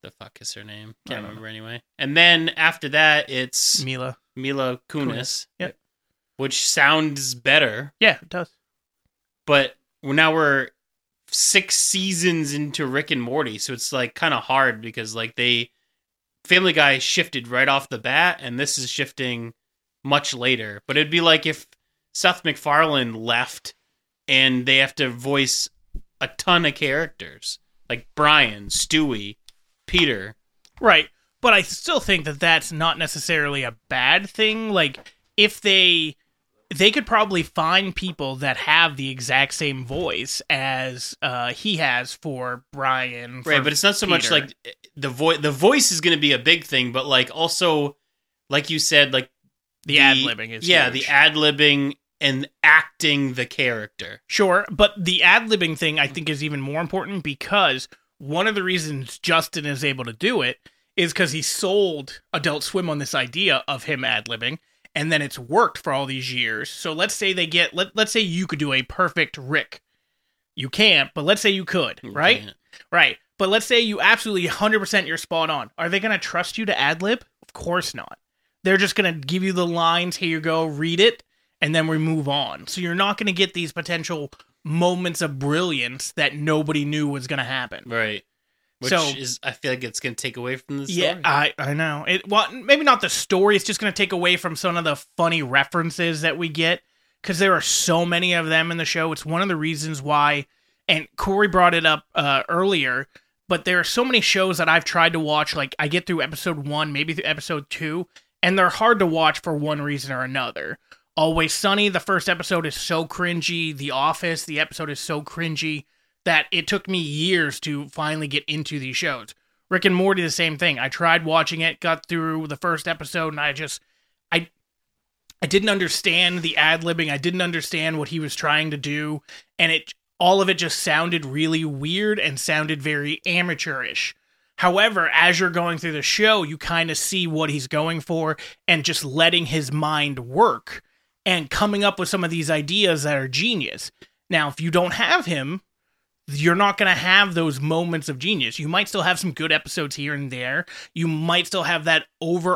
S3: the fuck is her name?
S1: I don't
S3: Can't
S1: know.
S3: remember anyway. And then after that, it's
S1: Mila.
S3: Mila Kunis,
S1: Kunis, yeah.
S3: which sounds better.
S1: Yeah, it does.
S3: But now we're six seasons into Rick and Morty, so it's like kind of hard because like they Family Guy shifted right off the bat, and this is shifting much later. But it'd be like if Seth MacFarlane left, and they have to voice a ton of characters like Brian, Stewie, Peter.
S1: Right. But I still think that that's not necessarily a bad thing. Like, if they. They could probably find people that have the exact same voice as uh, he has for Brian. for-
S3: right but it's not so much
S1: Peter.
S3: like the voice the voice is going to be a big thing but like also like you said like
S1: the ad libbing is
S3: yeah
S1: huge.
S3: the ad libbing and acting the character
S1: Sure, but the ad libbing thing I think is even more important because one of the reasons Justin is able to do it is because he sold Adult Swim on this idea of him ad libbing, and then it's worked for all these years. So let's say they get let let's say you could do a perfect Rick. You can't, but let's say you could, right? Right. But let's say you absolutely 100% you're spot on. Are they going to trust you to ad lib? Of course not. They're just going to give you the lines, here you go, read it, and then we move on. So you're not going to get these potential moments of brilliance that nobody knew was going to happen.
S3: right which
S1: So-
S3: is i feel like it's going to take away from the story
S1: Yeah, I, I know. It well, maybe not the story. It's just going to take away from some of the funny references that we get because there are so many of them in the show. It's one of the reasons why, and Corey brought it up uh, earlier, but there are so many shows that I've tried to watch. Like, I get through episode one, maybe through episode two, and they're hard to watch for one reason or another. Always Sunny, the first episode is so cringy. The Office, the episode is so cringy that it took me years to finally get into these shows. Rick and Morty, the same thing. I tried watching it, got through the first episode, and I just, I, I didn't understand the ad libbing. I didn't understand what he was trying to do, and it all of it just sounded really weird and sounded very amateurish. However, as you're going through the show, you kind of see what he's going for and just letting his mind work and coming up with some of these ideas that are genius. Now, if you don't have him, you're not going to have those moments of genius. You might still have some good episodes here and there. You might still have that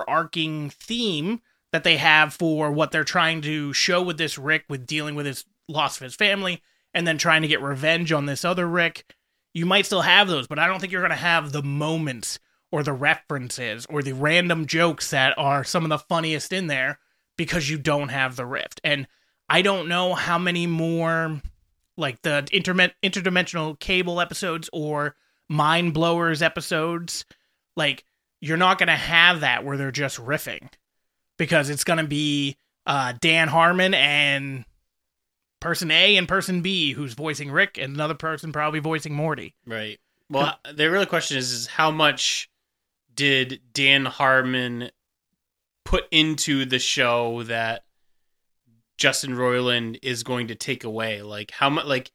S1: overarching theme that they have for what they're trying to show with this Rick with dealing with his loss of his family and then trying to get revenge on this other Rick. You might still have those, but I don't think you're going to have the moments or the references or the random jokes that are some of the funniest in there because you don't have the rift. And I don't know how many more like the interme- interdimensional cable episodes or mind blowers episodes like you're not going to have that where they're just riffing because it's going to be uh, dan harmon and person a and person b who's voicing rick and another person probably voicing morty
S3: Right. Well, the real question is, is how much did Dan Harmon put into the show that Justin Roiland is going to take away? Like how much like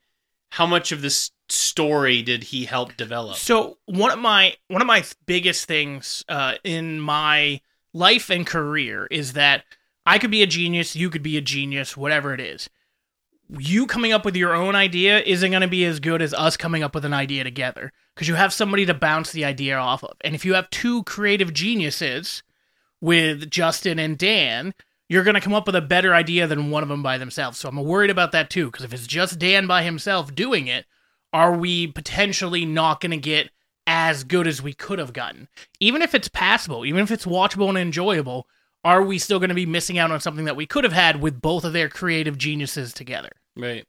S3: how much of this story did he help develop?
S1: So one of my one of my biggest things uh, in my life and career is that I could be a genius, you could be a genius, whatever it is. You coming up with your own idea isn't going to be as good as us coming up with an idea together because you have somebody to bounce the idea off of. And if you have two creative geniuses with Justin and Dan, you're going to come up with a better idea than one of them by themselves. So I'm worried about that too because if it's just Dan by himself doing it, are we potentially not going to get as good as we could have gotten? Even if it's passable, even if it's watchable and enjoyable, are we still going to be missing out on something that we could have had with both of their creative geniuses together?
S3: Right.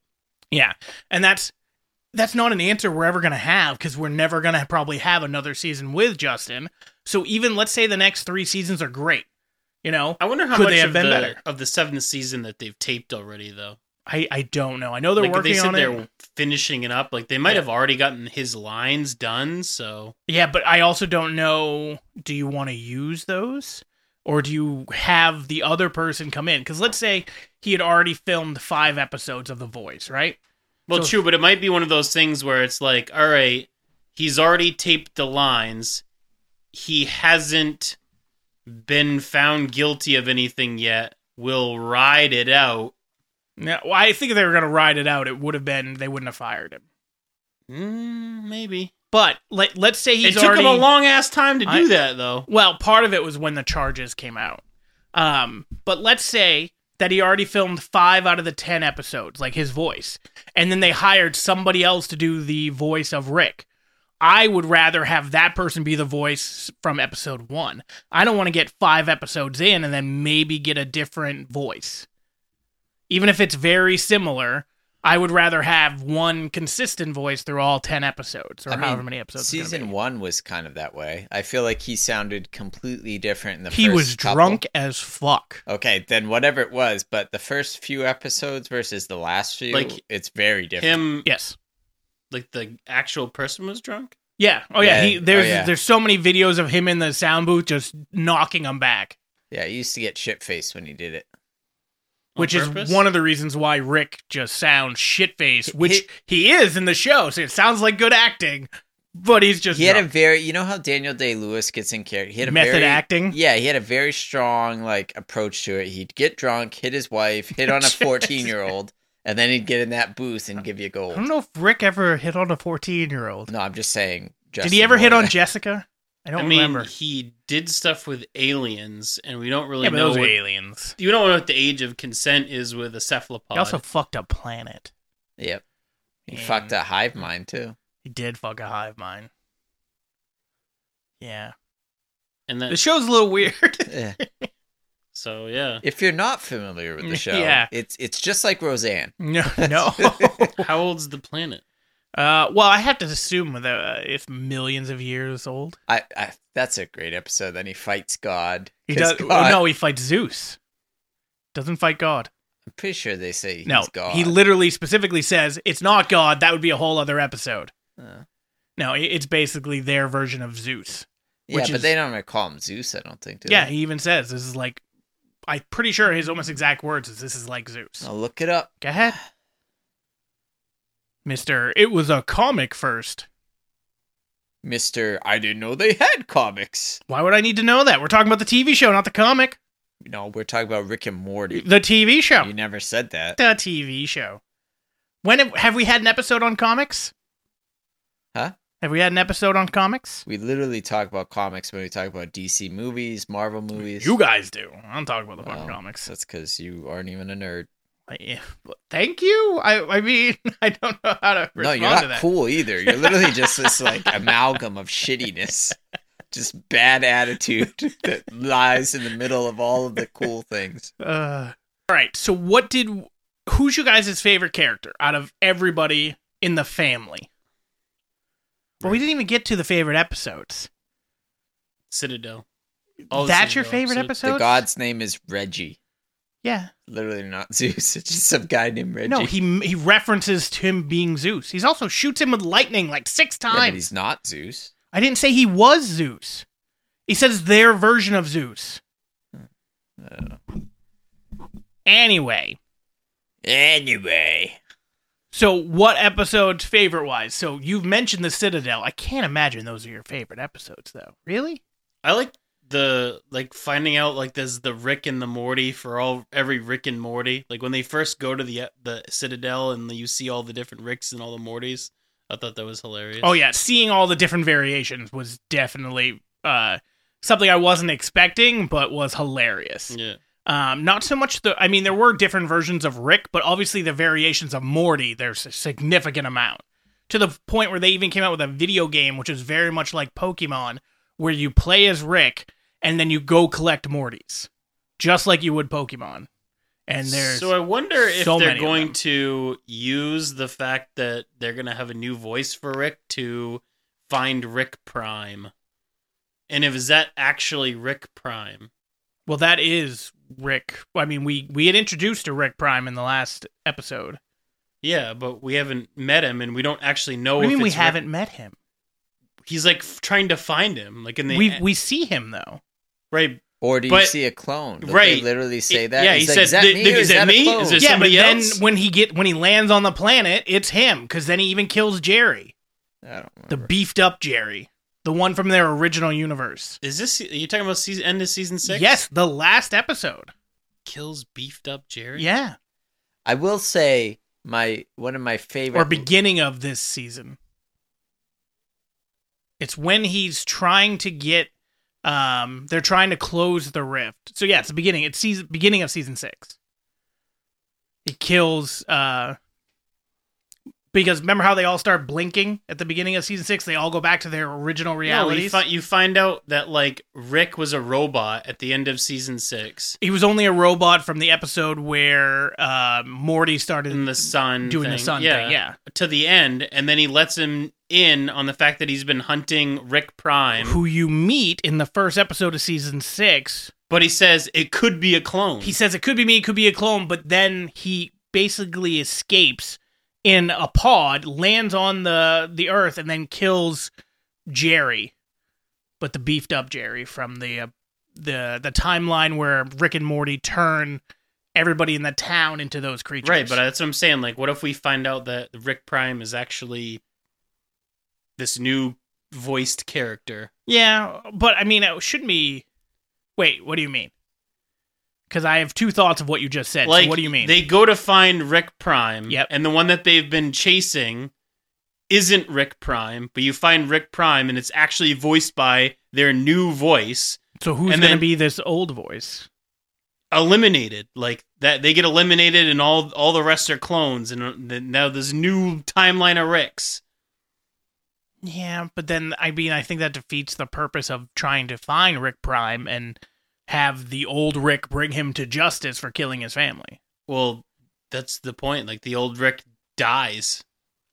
S1: Yeah. And that's that's not an answer we're ever going to have cuz we're never going to probably have another season with Justin. So even let's say the next 3 seasons are great, you know?
S3: I wonder how
S1: Could
S3: much
S1: they have
S3: of
S1: been
S3: the
S1: better?
S3: of the seventh season that they've taped already though.
S1: I I don't know. I know they're
S3: like
S1: working
S3: they said
S1: on it.
S3: they're finishing it up. Like they might
S1: Yeah.
S3: have already gotten his lines done, so
S1: Yeah, but I also don't know do you want to use those or do you have the other person come in? Because let's say he had already filmed five episodes of The Voice, right?
S3: Well,
S1: So-
S3: true, but it might be one of those things where it's like, all right, he's already taped the lines. He hasn't been found guilty of anything yet. We'll ride it out.
S1: No, well, I think if they were going to ride it out, it would have been, they wouldn't have fired him.
S3: Mm, maybe.
S1: But let, let's say he's
S3: it took
S1: already.
S3: him a long ass time to do
S1: I-
S3: that, though.
S1: Well, part of it was when the charges came out. Um, but let's say that he already filmed five out of the ten episodes, like his voice, and then they hired somebody else to do the voice of Rick. I would rather have that person be the voice from episode one. I don't want to get five episodes in and then maybe get a different voice. Even if it's very similar, I would rather have one consistent voice through all 10 episodes or
S2: I mean,
S1: however many episodes. it's gonna
S2: Season
S1: be.
S2: one was kind of that way. I feel like he sounded completely different in the
S1: He
S2: first
S1: was
S2: couple.
S1: drunk as fuck.
S2: Okay, then whatever it was, but the first few episodes versus the last few,
S3: Like,
S2: it's very different.
S3: Him,
S1: Yes.
S3: like the actual person was drunk.
S1: Yeah. Oh yeah.
S2: Yeah.
S1: He, there's
S2: Oh, yeah.
S1: there's so many videos of him in the sound booth just knocking him back,
S2: Yeah, he used to get shit faced when he did it.
S1: which
S3: purpose?
S1: is one of the reasons why Rick just sounds shit faced,
S2: He-
S1: which he, is in the show. So it sounds like good acting, but he's just
S2: He had a
S1: drunk.
S2: very, you know how Daniel Day Lewis gets in character. He had a
S1: method
S2: very,
S1: acting.
S2: Yeah, he had a very strong like approach to it. He'd get drunk, hit his wife, hit on a
S1: Jesus.
S2: fourteen year old, and then he'd get in that booth and give you
S1: I
S2: gold.
S1: don't know if Rick ever hit on a 14 year old.
S2: No, I'm just saying.
S1: Did
S2: Justin
S1: he ever hit
S2: Roiland.
S1: on Jessica? I don't
S3: I mean,
S1: remember.
S3: he did stuff with aliens, and we don't really
S1: Yeah, but
S3: know.
S1: those were
S3: What,
S1: aliens.
S3: you don't know what the age of consent is with a cephalopod.
S1: He also fucked a planet.
S2: Yep. He
S1: Yeah.
S2: fucked a hive mind too.
S1: He did fuck a hive mind. Yeah.
S3: and
S1: The
S3: that,
S1: show's a little weird.
S2: Yeah.
S3: So yeah.
S2: If you're not familiar with the show,
S1: Yeah.
S2: it's it's just like Roseanne.
S1: No, no.
S3: How old's the planet?
S1: uh, well, I have to assume that uh, it's millions of years old.
S2: I, I that's a great episode. Then he fights God.
S1: He
S2: 'Cause
S1: does.
S2: God-
S1: No, he fights Zeus. Doesn't fight God.
S2: I'm pretty sure they say he's
S1: no,
S2: God.
S1: he literally specifically says it's not God. That would be a whole other episode.
S2: Uh,
S1: No, i- it's basically their version of Zeus.
S2: yeah,
S1: which
S2: but
S1: is-
S2: they don't even call him Zeus. I don't think. Do
S1: yeah,
S2: They?
S1: he even says this is like. I'm pretty sure his almost exact words is this is like Zeus.
S2: I'll look it up.
S1: Go ahead, Mister. It was a comic first.
S2: Mister, I didn't know they had comics.
S1: Why would I need to know that? We're talking about the TV show, not the comic.
S2: You know, we're talking about Rick and Morty.
S1: The TV show.
S2: You never said that,
S1: The TV show. When have, have we had an episode on comics?
S2: huh?
S1: Have we had an episode on comics?
S2: We literally talk about comics when we talk about DC movies, Marvel movies.
S1: You guys do. I'm talking about the fucking
S2: Oh,
S1: comics.
S2: That's because you aren't even a nerd.
S1: I- yeah, but Thank you. I I mean, I don't know how to respond
S2: no, you're
S1: to
S2: not
S1: that.
S2: cool either. You're literally just this like amalgam of shittiness, just bad attitude that lies in the middle of all of the cool things.
S1: Uh, all right. So, what did who's you guys' favorite character out of everybody in the family? Well, we didn't even get to the favorite episodes.
S3: Citadel. All the
S1: That's your
S3: Citadel
S1: favorite
S3: episodes.
S1: episode?
S2: Oh, the god's name is Reggie.
S1: Yeah.
S2: Literally not Zeus. It's just some guy named Reggie.
S1: No, he he references to him being Zeus. He's also shoots him with lightning like six
S2: Yeah, but
S1: times.
S2: he's not Zeus.
S1: I didn't say he was Zeus. He says their version of Zeus. Anyway,
S2: Anyway,
S1: so what episodes favorite wise? So you've mentioned the Citadel. I can't imagine those are your favorite episodes though. Really?
S3: I like the like finding out like there's the Rick and the Morty for all every Rick and Morty. Like when they first go to the the Citadel and you see all the different Ricks and all the Mortys. I thought that was hilarious.
S1: Oh yeah, seeing all the different variations was definitely uh something I wasn't expecting but was hilarious.
S3: Yeah.
S1: Um, not so much the. I mean, there were different versions of Rick, but obviously the variations of Morty. There's a significant amount to the point where they even came out with a video game, which is very much like Pokemon, where you play as Rick and then you go collect Mortys, just like you would Pokemon. And there's
S3: so I wonder if
S1: so
S3: they're
S1: many of
S3: going
S1: them.
S3: to use the fact that they're going to have a new voice for Rick to find Rick Prime. And if is that actually Rick Prime?
S1: well, that is Rick. I mean, we we had introduced to Rick Prime in the last episode.
S3: Yeah, but we haven't met him and we don't actually know
S1: What do
S3: Oh, if
S1: you mean we
S3: it's Rick-
S1: haven't met him?
S3: He's like f- trying to find him like in the e-,
S1: We we see him though.
S3: right
S2: or do you
S3: But-
S2: see a clone? Don't They
S3: right.
S2: literally say
S3: It-
S2: that.
S3: yeah,
S2: He's
S3: he
S2: like,
S3: said,
S2: "Is that
S3: "Th-
S2: me?
S3: th-
S2: or
S3: is that me?
S2: a clone?"
S3: Is this-
S1: yeah, but
S3: somebody
S1: then
S3: else?
S1: when he get when he lands on the planet, it's him because then he even kills Jerry,
S2: I don't
S1: the
S2: remember.
S1: beefed up Jerry, the one from their original universe.
S3: Is this are you talking about season end of season six?
S1: Yes, the last episode.
S3: kills beefed up Jerry.
S1: Yeah,
S2: I will say my one of my favorite.
S1: or beginning of this season. It's when he's trying to get. Um, they're trying to close the rift. So yeah, it's the beginning. It's season beginning of season six. He kills. Uh, because remember how they all start blinking at the beginning of season six? They all go back to their original
S3: No, you,
S1: realities.
S3: fi- you find out that like Rick was a robot at the end of season six
S1: he was only a robot from the episode where uh, Morty started
S3: in the sun
S1: doing the
S3: Mm, thing.
S1: sun thing. Yeah,
S3: to the end, and then he lets him in on the fact that he's been hunting Rick Prime.
S1: who you meet in the first episode of season six.
S3: But he says it could be a clone.
S1: He says it could be me, it could be a clone, but then he basically escapes in a pod, lands on the the Earth, and then kills Jerry, but the beefed up Jerry from the uh, the the timeline where Rick and Morty turn everybody in the town into those creatures.
S3: right, but that's what I'm saying. Like, what if we find out that Rick Prime is actually this new voiced character?
S1: Yeah, but I mean, it shouldn't be. Wait, what do you mean? Because I have two thoughts of what you just said. so
S3: Like,
S1: what do you mean?
S3: They go to find Rick Prime,
S1: Yep.
S3: and the one that they've been chasing isn't Rick Prime, but you find Rick Prime, and it's actually voiced by their new voice,
S1: so who's going
S3: and
S1: to
S3: then-
S1: be this old voice?
S3: eliminated. Like that, they get eliminated, and all all the rest are clones, and uh, th- now this new timeline of Ricks.
S1: Yeah, but then I mean, I think that defeats the purpose of trying to find Rick Prime and have the old Rick bring him to justice for killing his family.
S3: Well, that's the point. Like the old Rick dies.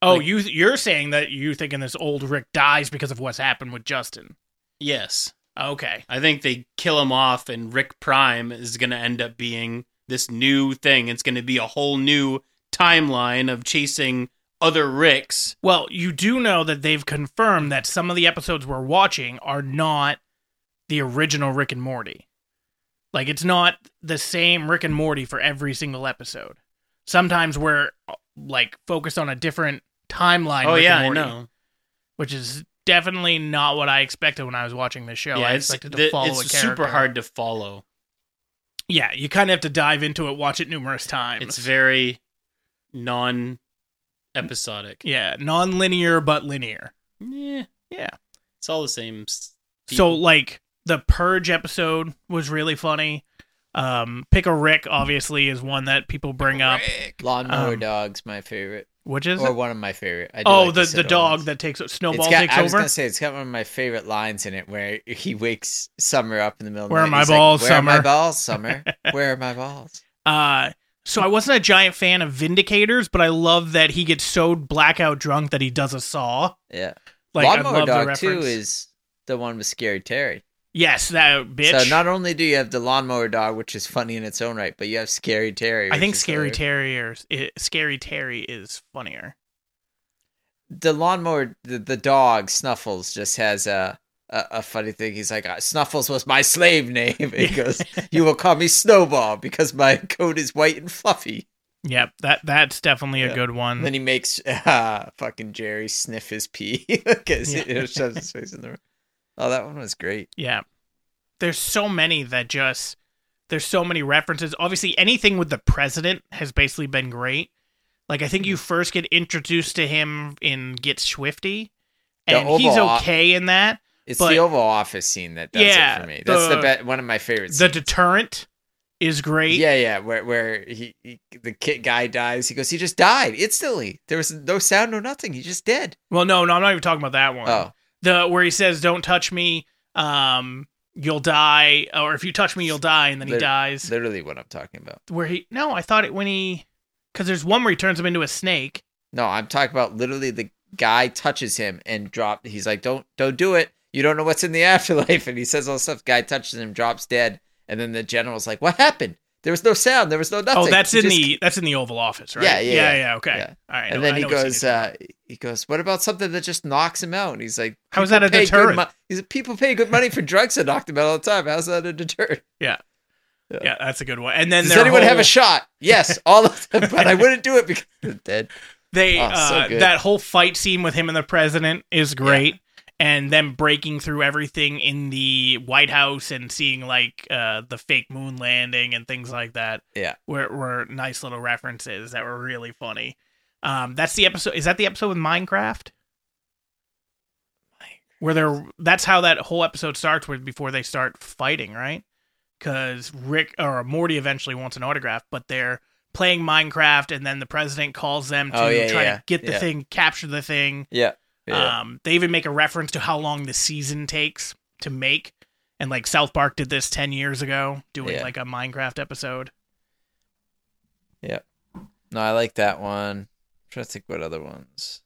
S1: Oh,
S3: Like-
S1: you you're saying that you thinking this old Rick dies because of what's happened with Justin.
S3: Yes.
S1: Okay.
S3: I think they kill him off and Rick Prime is going to end up being this new thing. It's going to be a whole new timeline of chasing other Ricks.
S1: Well, you do know that they've confirmed that some of the episodes we're watching are not the original Rick and Morty. Like it's not the same Rick and Morty for every single episode. Sometimes we're like focused on a different timeline.
S3: oh
S1: Rick
S3: yeah, I
S1: and Morty,
S3: know.
S1: Which is definitely not what I expected when I was watching this show.
S3: yeah,
S1: I
S3: it's,
S1: expected to
S3: the-
S1: follow a
S3: it's
S1: character.
S3: super hard to follow.
S1: Yeah, you kind of have to dive into it, watch it numerous times.
S3: It's very non episodic.
S1: Yeah, non-linear but linear.
S3: Yeah.
S1: Yeah.
S3: It's all the same. s-
S1: So
S3: people.
S1: like the purge episode was really funny. Um, Pick a Rick obviously is one that people bring up,
S2: Lawnmower
S1: Um,
S2: dog's my favorite,
S1: which is
S2: or one of my favorite. I do
S1: oh
S2: like
S1: the
S2: sit
S1: the
S2: on
S1: dog
S2: ones.
S1: that takes
S2: It's
S1: Snowball
S2: got-
S1: takes
S2: I was
S1: over.
S2: gonna say it's got one of my favorite lines in it, where he wakes Summer up in the middle. of the
S1: Where are
S2: night.
S1: my
S2: He's
S1: balls,
S2: like, Where are my
S1: Summer?"
S2: balls, Summer? Where are my balls?
S1: Uh, so I wasn't a giant fan of Vindicators, but I love that he gets so blackout drunk that he does a saw.
S2: Yeah,
S1: Like I
S2: Lawnmower
S1: love the
S2: Dog too
S1: reference.
S2: is the one with Scary Terry.
S1: yes that bitch.
S2: So not only do you have the Lawnmower Dog, which is funny in its own right, but you have Scary Terry.
S1: I
S2: which
S1: think
S2: is
S1: Scary
S2: hilarious.
S1: Terriers, it, Scary Terry is funnier.
S2: the lawnmower the, the dog snuffles just has a, a a funny thing he's like "Uh, snuffles was my slave name and he
S1: Yeah.
S2: goes you will call me snowball because my coat is white and fluffy
S1: Yep, that that's definitely a
S2: Yeah.
S1: good one.
S2: and then he makes uh fucking jerry sniff his pee because
S1: Yeah.
S2: it, it shoves his face in the room oh that one was great
S1: Yeah. There's so many that just there's so many references. Obviously, anything with the president has basically been great. Like I think
S2: Mm-hmm.
S1: you first get introduced to him in Get Swifty,
S2: The
S1: and he's
S2: Oval O-
S1: okay in that.
S2: it's
S1: But-
S2: the oval office scene that does
S1: Yeah,
S2: it for me that's the,
S1: the-
S2: be- one of my favorites
S1: The deterrent is great.
S2: yeah, yeah, where where he, he the kid guy dies, he goes, he just died instantly. There was no sound, no nothing. He's just dead.
S1: Well, no, no, I'm not even talking about that one.
S2: Oh,
S1: The where he says, "Don't touch me, um, you'll die," or "If you touch me, you'll die," and then he
S2: Lit-
S1: dies.
S2: it's literally what I'm talking about.
S1: where he? No, I thought it when he, because there's one where he turns him into a snake.
S2: No, I'm talking about literally the guy touches him and drop. He's like, "Don't, don't do it. You don't know what's in the afterlife." And he says all this stuff. Guy touches him, drops dead, and then the general's like, "What happened? There was no sound. There was no nothing."
S1: Oh, that's
S2: He
S1: in
S2: just-
S1: the that's in the Oval Office, right?
S2: Yeah, yeah,
S1: yeah.
S2: yeah.
S1: okay,
S2: Yeah.
S1: all right. no,
S2: And then
S1: I
S2: he
S1: know what scene
S2: goes,
S1: it is.
S2: uh, he goes, "What about something that just knocks him out?" And he's like,
S1: How is that a
S2: "People pay uh, good
S1: deterrent?
S2: mo- he's like, people pay good money for drugs that knock them out all the time. How's that a deterrent?
S1: yeah, that's a good one. And then
S2: Does
S1: their
S2: anyone have
S1: whole-
S2: a shot? Yes, all of them, but I wouldn't do it because they're dead.
S1: They
S2: Oh, so
S1: uh,
S2: good.
S1: that whole fight scene with him and the president is great, and them breaking through everything in the White House and seeing like uh, the fake moon landing and things like that.
S2: Yeah.
S1: were were nice little references that were really funny. Um, that's the episode. Is that the episode with Minecraft? Where they're that's how that whole episode starts. Where before they start fighting, right? Because Rick or Morty eventually wants an autograph, but they're playing Minecraft, and then the president calls them to
S2: Oh, yeah,
S1: try
S2: yeah,
S1: to get the
S2: yeah.
S1: thing, capture the thing.
S2: Yeah, yeah.
S1: Um, they even make a reference to how long the season takes to make, and like South Park did this ten years ago, doing
S2: Yeah.
S1: like a Minecraft episode.
S2: no, I like that one. I'm trying to think what other ones.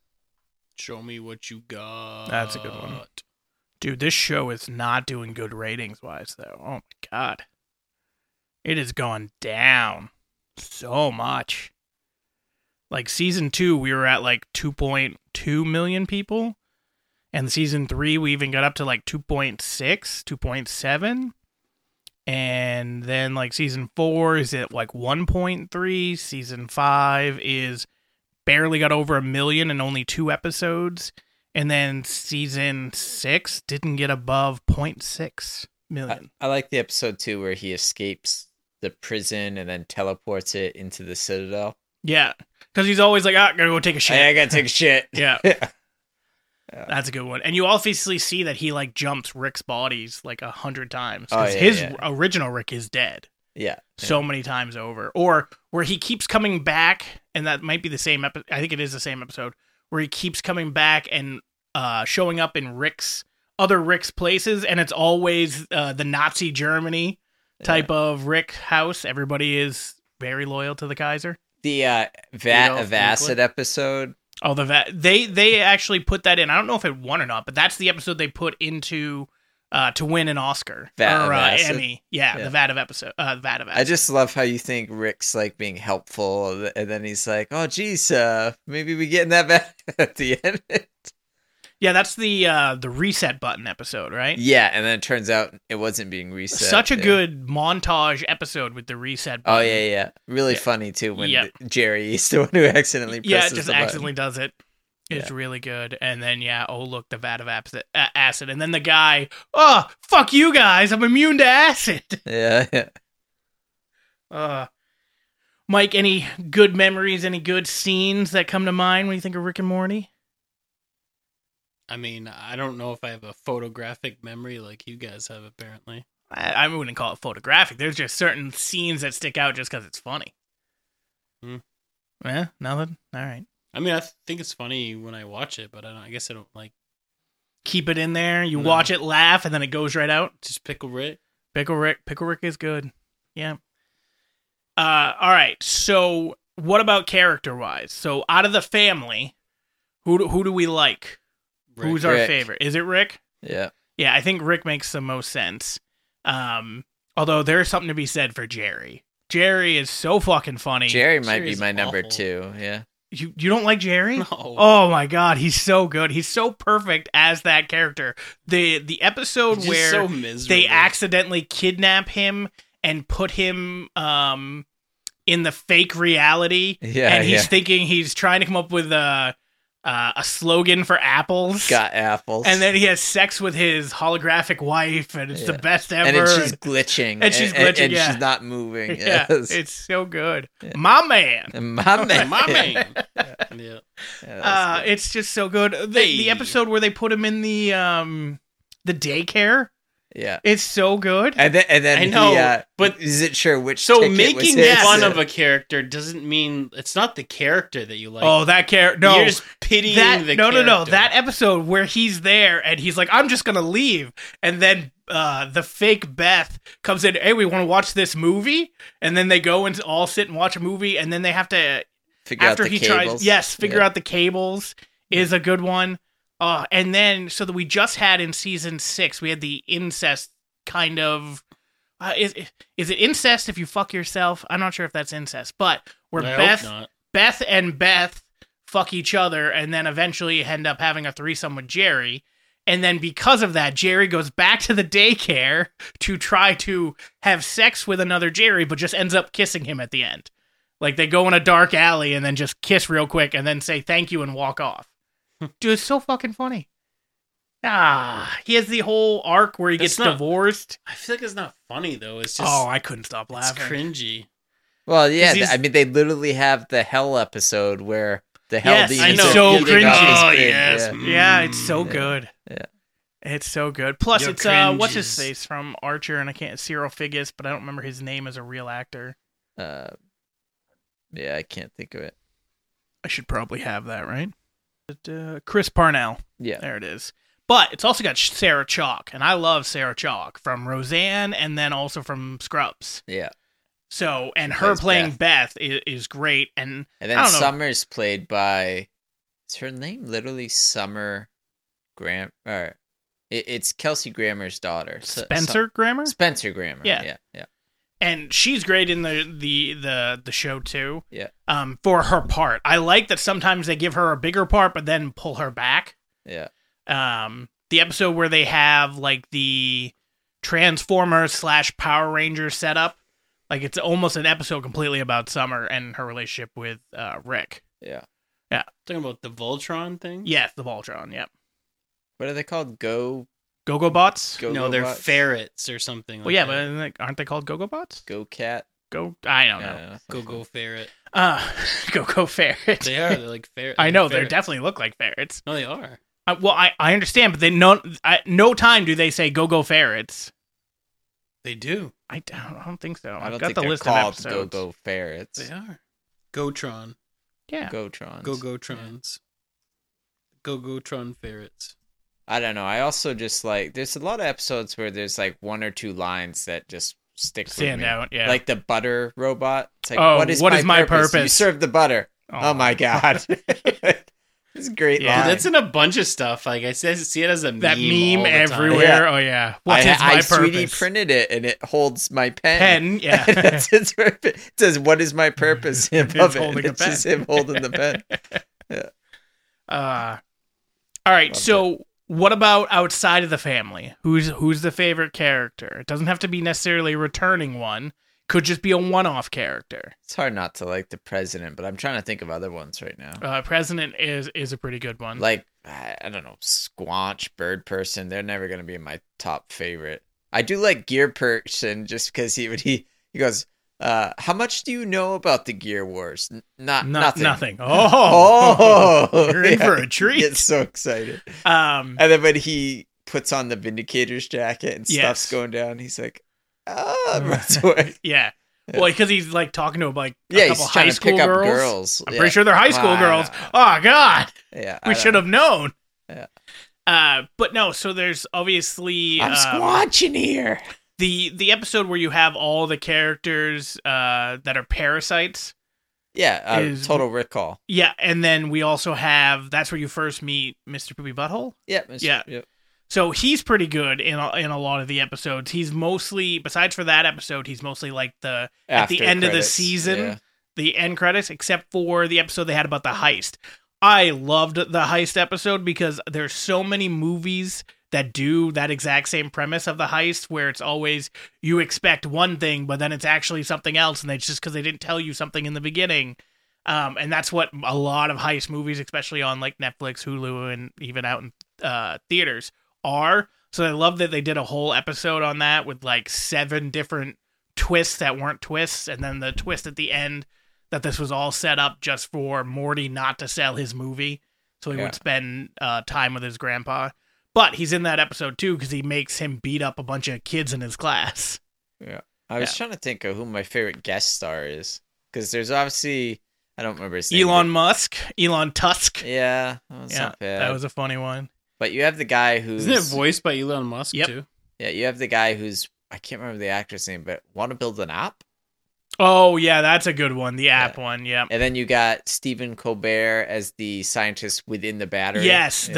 S3: Show me what you got.
S1: That's a good one. Dude, this show is not doing good ratings wise though. Oh my god, it has gone down so much. Like season two, we were at like two point two million people, and season three, we even got up to like 2.6, 2.7. and then like season four is at like one point three. Season five is barely got over a million and only two episodes. And then season six didn't get above 0.6
S2: I,
S1: million.
S2: I like the episode too where he escapes the prison and then teleports it into the citadel.
S1: yeah. Because he's always like, ah, gotta go take a shit.
S2: Hey, I gotta take a shit.
S1: yeah.
S2: Yeah.
S1: That's a good one. And you obviously see that he like jumps Rick's bodies like a hundred times.
S2: Oh,
S1: 'Cause
S2: yeah,
S1: his
S2: yeah.
S1: original Rick is dead
S2: Yeah.
S1: so many times over. Or where he keeps coming back, and that might be the same episode. I think it is the same episode where he keeps coming back and uh, showing up in Rick's other Rick's places, and it's always uh, the Nazi Germany type of Rick House. Everybody is very loyal to the Kaiser.
S2: The uh, vat
S3: Adolf
S2: of acid episode.
S1: Oh, the va- they they actually put that in. I don't know if it won or not, but that's the episode they put into uh, to win an Oscar
S2: Vat
S1: or
S2: of
S1: uh,
S2: acid?
S1: Emmy. Yeah,
S2: Yeah.
S1: the Vat of episode. Uh, Vat of acid.
S2: I just love how you think Rick's like being helpful, and then he's like, "Oh, geez, uh, maybe we get in that back at the end."
S1: yeah, that's the uh, the reset button episode, right?
S2: yeah, and then it turns out it wasn't being reset.
S1: Such a
S2: Yeah.
S1: good montage episode with the reset.
S2: Oh
S1: Button.
S2: yeah, yeah, really
S1: Yeah.
S2: funny too when
S1: Yep.
S2: Jerry is the one who accidentally presses
S1: yeah, it just
S2: the button.
S1: accidentally does it. It's really good. And then yeah, oh look, the vat of abs- uh, acid. And then the guy, oh fuck you guys, I'm immune to acid.
S2: Yeah, yeah.
S1: Uh, Mike, any good memories? Any good scenes that come to mind when you think of Rick and Morty?
S3: I mean, I don't know if I have a photographic memory like you guys have apparently.
S1: I, I wouldn't call it photographic. There's just certain scenes that stick out just because it's funny.
S3: Hmm.
S1: Yeah, nothing. All right,
S3: I mean, I th- think it's funny when I watch it, but I don't. I guess I don't like
S1: keep it in there. You
S3: No.
S1: watch it, laugh, and then it goes right out.
S3: just pickle Rick.
S1: Pickle Rick, Pickle Rick is good. Yeah. Uh, all right. So, what about character wise? So, out of the family, who do, who do we like?
S3: Rick.
S1: Who's our
S2: Rick.
S1: favorite? Is it Rick?
S2: Yeah.
S1: Yeah, I think Rick makes the most sense. Um, although there's something to be said for Jerry. Jerry is so fucking funny.
S2: Jerry might be
S3: Jerry's
S2: my number
S3: awful.
S2: two. Yeah.
S1: you you don't like Jerry?
S3: No.
S1: Oh my god, he's so good. He's so perfect as that character. The the episode
S3: Just
S1: where
S3: so miserable.
S1: they accidentally kidnap him and put him um in the fake reality
S2: Yeah.
S1: and he's
S2: yeah.
S1: thinking he's trying to come up with a uh, a slogan for apples
S2: got apples.
S1: and then he has sex with his holographic wife and it's the
S2: Yeah.
S1: best ever
S2: and then she's
S1: and-
S2: glitching.
S1: and she's
S2: And,
S1: glitching,
S2: and
S1: yeah.
S2: she's not moving.
S1: yeah,
S2: Yes.
S1: it's so good
S2: Yeah.
S1: my man
S2: And my
S3: Hey,
S2: man.
S3: my man. yeah.
S2: Yeah, that's
S1: uh
S2: good.
S1: it's just so good the, the
S3: Hey.
S1: episode where they put him in the um the daycare
S2: yeah.
S1: it's so good
S2: And then, and then
S3: I know,
S2: he, uh,
S3: but-
S2: isn't sure which.
S3: So
S2: ticket was
S3: making
S2: his. uh,
S3: fun of a character doesn't mean it's not the character that you like.
S1: oh that care no
S3: You're just pitying
S1: that,
S3: the
S1: no
S3: character.
S1: no no that episode where he's there and he's like i'm just gonna leave and then uh the fake beth comes in hey we want to watch this movie and then they go and all sit and watch a movie and then they have to
S2: figure
S1: after
S2: out the
S1: he
S2: cables.
S1: tries yes figure
S2: Yeah.
S1: out the cables is a good one uh and then so that we just had in season six we had the incest kind of uh, is is it incest if you fuck yourself i'm not sure if that's incest but where
S3: I hope
S1: beth
S3: not.
S1: Beth and Beth fuck each other and then eventually end up having a threesome with Jerry. And then because of that, Jerry goes back to the daycare to try to have sex with another Jerry, but just ends up kissing him at the end. Like they go in a dark alley and then just kiss real quick and then say thank you and walk off.
S3: Hmm.
S1: Dude, it's so fucking funny. Ah, he has the whole arc where he
S3: That's
S1: gets
S3: not-
S1: divorced.
S3: I feel like it's not funny though. It's just
S1: Oh, I couldn't stop
S3: it's
S1: laughing.
S3: cringy.
S2: Well, yeah.
S1: 'Cause
S2: th-
S1: he's-
S2: I mean, they literally have the hell episode where the hell
S1: Yes,
S2: demons
S1: I
S3: I know.
S1: know. Mm. so
S2: are giving
S1: cringy.
S2: up his
S3: Oh
S2: cringe,
S3: yes.
S2: yeah.
S1: Yeah, it's so
S2: Yeah.
S1: good.
S2: Yeah.
S1: It's so good. Plus,
S3: Your
S1: it's uh, what's his
S3: cringes.
S1: face from Archer, and I can't Cyril Figgis, but I don't remember his name as a real actor.
S2: Uh, yeah, I can't think of it.
S1: I should probably have that right. But, uh, Chris Parnell,
S2: Yeah.
S1: there it is. But it's also got Sarah Chalk, and I love Sarah Chalk from Roseanne, and then also from Scrubs.
S2: Yeah.
S1: So, and
S2: She
S1: her
S2: plays
S1: playing Beth, is, is great. And
S2: And
S1: I
S2: then
S1: don't know.
S2: Summer's played by is her name literally Summer Graham or it, it's Kelsey Grammer's daughter. S- Sum-
S1: Spencer Grammer,
S2: Spencer Grammer.
S1: Yeah.
S2: Yeah. Yeah. Yeah.
S1: and she's great in the the the the show too.
S2: Yeah.
S1: Um, for her part, I like that sometimes they give her a bigger part, but then pull her back. Um, the episode where they have like the Transformers slash Power Ranger setup, like it's almost an episode completely about Summer and her relationship with uh Rick.
S2: Yeah.
S3: Talking about the Voltron thing.
S1: Yes, the Voltron. Yep.
S2: What are they called? Go
S1: Go-Go Bots.
S2: go.
S3: no, they're
S2: robots?
S3: ferrets or something. Like
S1: well, yeah, but
S3: that.
S1: isn't it- aren't they called Go-Go Bots?
S2: Go cat.
S1: Go. I don't know.
S2: Yeah.
S3: go go ferret.
S1: Uh, Go-Go Ferret.
S3: They are. They're like ferrets.
S1: I know they
S3: ferrets.
S1: definitely look like ferrets.
S3: No, they are.
S1: Uh, well, I, I understand, but they no I, no time do they say go go ferrets.
S3: They do.
S1: I don't, I don't think so.
S2: I
S1: I've
S2: don't
S1: got
S2: think
S1: the
S2: they're
S1: list
S2: called
S1: of
S2: go
S1: episodes.
S2: go ferrets.
S3: They are. Gotron.
S1: Yeah,
S2: Gotrons.
S3: Go Gotrons. Go Gotron ferrets.
S2: I don't know. I also just like there's a lot of episodes where there's like one or two lines that just stick with
S1: stand
S2: me.
S1: out. Yeah,
S2: Like the butter robot. It's like,
S1: Oh,
S2: what is
S1: what
S2: my
S1: is my
S2: You
S1: purpose?
S2: serve the butter. Oh, my god, it's a great.
S1: Yeah,
S2: line.
S3: That's in a bunch of stuff. Like I says- see it as a meme.
S1: that
S3: all
S1: meme
S3: the time.
S1: everywhere. Oh yeah, what is
S2: I,
S1: my
S2: I
S1: purpose?
S2: sweetie printed it, and it holds my pen.
S1: Pen. Yeah.
S2: That's its purpose. It says, "What is my purpose?" Above it, and
S1: holding a
S2: it's just him holding the pen.
S1: uh, all right.
S2: Loved
S1: so what about outside of the family? Who's who's the favorite character? It doesn't have to be necessarily a returning one. Could just be a one-off character.
S2: It's hard not to like the president, but I'm trying to think of other ones right now.
S1: Uh, President is is a pretty good one.
S2: Like I I don't know, Squanch, Bird Person. They're never gonna be my top favorite. I do like Gear Person just because he would he he goes. Uh, how much do you know about the Gear Wars? N- not
S1: No-
S2: nothing.
S1: Nothing. Oh.
S2: Oh,
S1: You're in for a
S2: He
S1: treat.
S2: gets so excited.
S1: Um,
S2: And then when he puts on the Vindicator's jacket and stuff's
S1: Yes.
S2: going down, he's like, ah, runs away.
S1: yeah.
S2: Yeah.
S1: Well, because he's like talking to like a
S2: yeah,
S1: couple
S2: he's
S1: high
S2: trying to
S1: school
S2: pick up
S1: girls.
S2: girls.
S1: I'm
S2: yeah.
S1: pretty sure they're high school
S2: Wow.
S1: girls. Oh God,
S2: Yeah, I
S1: we
S2: don't
S1: should
S2: know.
S1: have known.
S2: Yeah.
S1: Uh, but no. So there's obviously
S2: I'm
S1: um,
S2: squatching here.
S1: the the episode where you have all the characters uh, that are parasites.
S2: Yeah, uh,
S1: is-
S2: total recall.
S1: Yeah, and then we also have that's where you first meet Mr. Poopy Butthole.
S2: Yeah, it's-
S1: Yeah.
S2: Yep.
S1: So he's pretty good in a, in a lot of the episodes. He's mostly besides for that episode, he's mostly like the At the
S2: After
S1: end of the
S2: credits,
S1: season,
S2: yeah.
S1: the end credits, except for the episode they had about the heist. I loved the heist episode because there's so many movies that do that exact same premise of the heist where it's always you expect one thing but then it's actually something else and it's just because they didn't tell you something in the beginning um, and that's what a lot of heist movies especially on like netflix hulu and even out in uh, theaters are so i love that they did a whole episode on that with like seven different twists that weren't twists and then the twist at the end that this was all set up just for morty not to sell his movie so he
S2: Yeah.
S1: would spend uh, time with his grandpa but he's in that episode too because he makes him beat up a bunch of kids in his class.
S2: I was trying to think of who my favorite guest star is because there's obviously I don't remember his name.
S1: Elon Musk, Elon Tusk.
S2: but- Yeah, that was
S1: Yeah,
S2: not bad.
S1: That was a funny one.
S2: But you have the guy who's
S3: Isn't it voiced by Elon Musk
S1: Yep.
S3: too?
S2: yeah, you have the guy who's I can't remember the actor's name, but want to build an app.
S1: Oh yeah, that's a good one. The app one. Yeah.
S2: And then you got Stephen Colbert as the scientist within the battery.
S1: Yes,
S2: Yeah.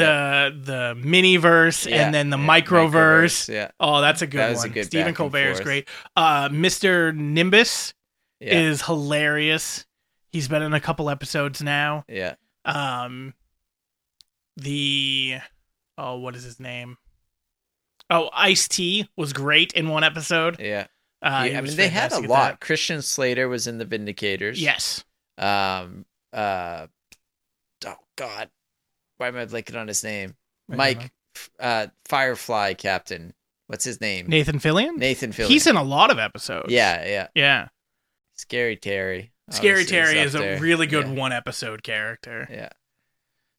S1: the the miniverse
S2: Yeah,
S1: and then the
S2: yeah,
S1: microverse.
S2: Yeah,
S1: Oh, that's a good
S2: That was
S1: one.
S2: a good back
S1: Stephen
S2: and
S1: Colbert is
S2: forth.
S1: great. Uh, Mr. Nimbus
S2: yeah,
S1: is hilarious. He's been in a couple episodes now.
S2: yeah.
S1: um the oh what is his name oh ice t was great in one episode
S2: yeah.
S1: uh, he
S2: Yeah, I
S1: was
S2: mean, they had a
S1: fantastic at
S2: lot. Christian Slater was in the
S1: that.
S2: Vindicators.
S1: yes
S2: Um. Uh. Oh God, why am I blanking on his name?
S1: I don't
S2: Mike, uh, Firefly Captain. What's his name?
S1: nathan fillion?
S2: Mm-hmm. Nathan Fillion.
S1: he's in a lot of episodes
S2: yeah, yeah.
S1: yeah
S2: Scary Terry.
S1: scary
S2: obviously,
S1: terry
S2: up
S1: is a
S2: there.
S1: really good
S2: Yeah,
S1: one episode character
S2: Yeah.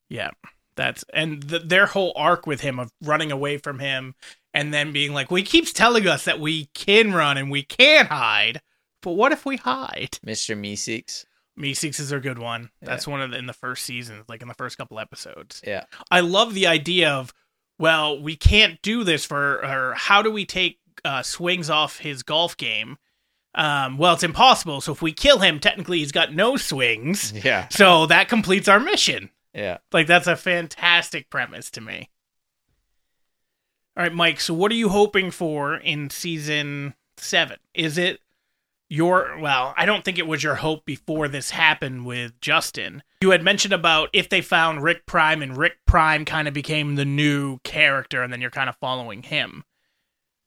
S1: yeah that's and th their whole arc with him of running away from him and then being like well he keeps telling us that we can run and we can hide but what if we hide
S2: Mr. Meeseeks.
S1: Meeseeks is a good one. That's one of the, in the first season, like in the first couple episodes.
S2: Yeah.
S1: I love the idea of, well, we can't do this for, or how do we take uh, swings off his golf game? Um, well, it's impossible. So if we kill him, technically he's got no swings.
S2: Yeah.
S1: So that completes our mission.
S2: Yeah.
S1: Like that's a fantastic premise to me. All right, Mike. So what are you hoping for in season seven? Is it your well? I don't think it was your hope before this happened with Justin. You had mentioned about if they found Rick Prime and Rick Prime kind of became the new character, and then you're kind of following him.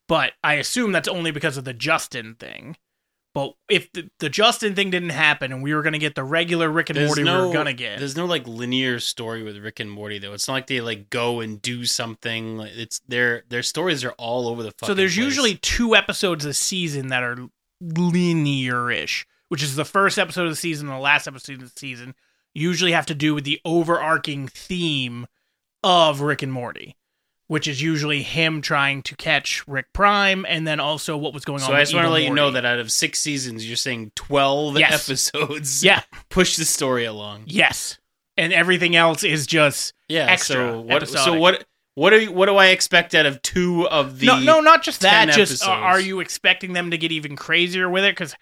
S1: But I assume that's only because of the Justin thing. But if the, the Justin thing didn't happen and we were going to get the regular Rick and Morty we were going to get,
S3: There's no like linear story with Rick and Morty though. It's not like they like go and do something. Like it's their their stories are all over the. Fucking
S1: so there's
S3: place.
S1: usually two episodes a season that are linear-ish which is the first episode of the season and the last episode of the season usually have to do with the overarching theme of rick and morty which is usually him trying to catch rick prime and then also what was going on
S3: So I
S1: with
S3: just want to
S1: Evil
S3: let you know
S1: Morty.
S3: that out of six seasons, you're saying twelve
S1: Yes.
S3: episodes.
S1: yeah
S3: push the story along.
S1: yes and everything else is just
S3: Yeah.
S1: Extra
S3: so what? So
S1: episodic.
S3: what? What do you, what do I expect out of two of the?
S1: no, no, not just that.
S3: 10
S1: Just uh,
S3: episodes.
S1: are you expecting them to get even crazier with it? Because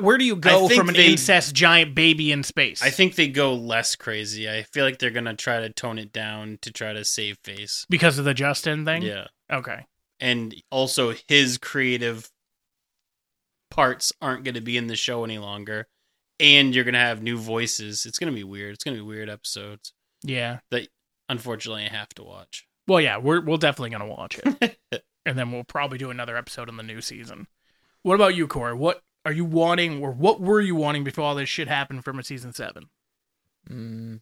S1: where do you
S3: I
S1: go
S3: think
S1: from an
S3: they-
S1: incest giant baby in space?
S3: I think they go less crazy. I feel like they're gonna try to tone it down to try to save face.
S1: because of the Justin thing.
S3: Yeah,
S1: Okay.
S3: and also his creative parts aren't gonna be in the show any longer, and you're gonna have new voices. It's gonna be weird. It's gonna be weird episodes.
S1: Yeah.
S3: Unfortunately, I have to watch.
S1: Well, yeah, we're we're definitely gonna watch it, and then we'll probably do another episode in the new season. What about you, Corey? What are you wanting, or what were you wanting before all this shit happened from a season seven?
S2: Mm,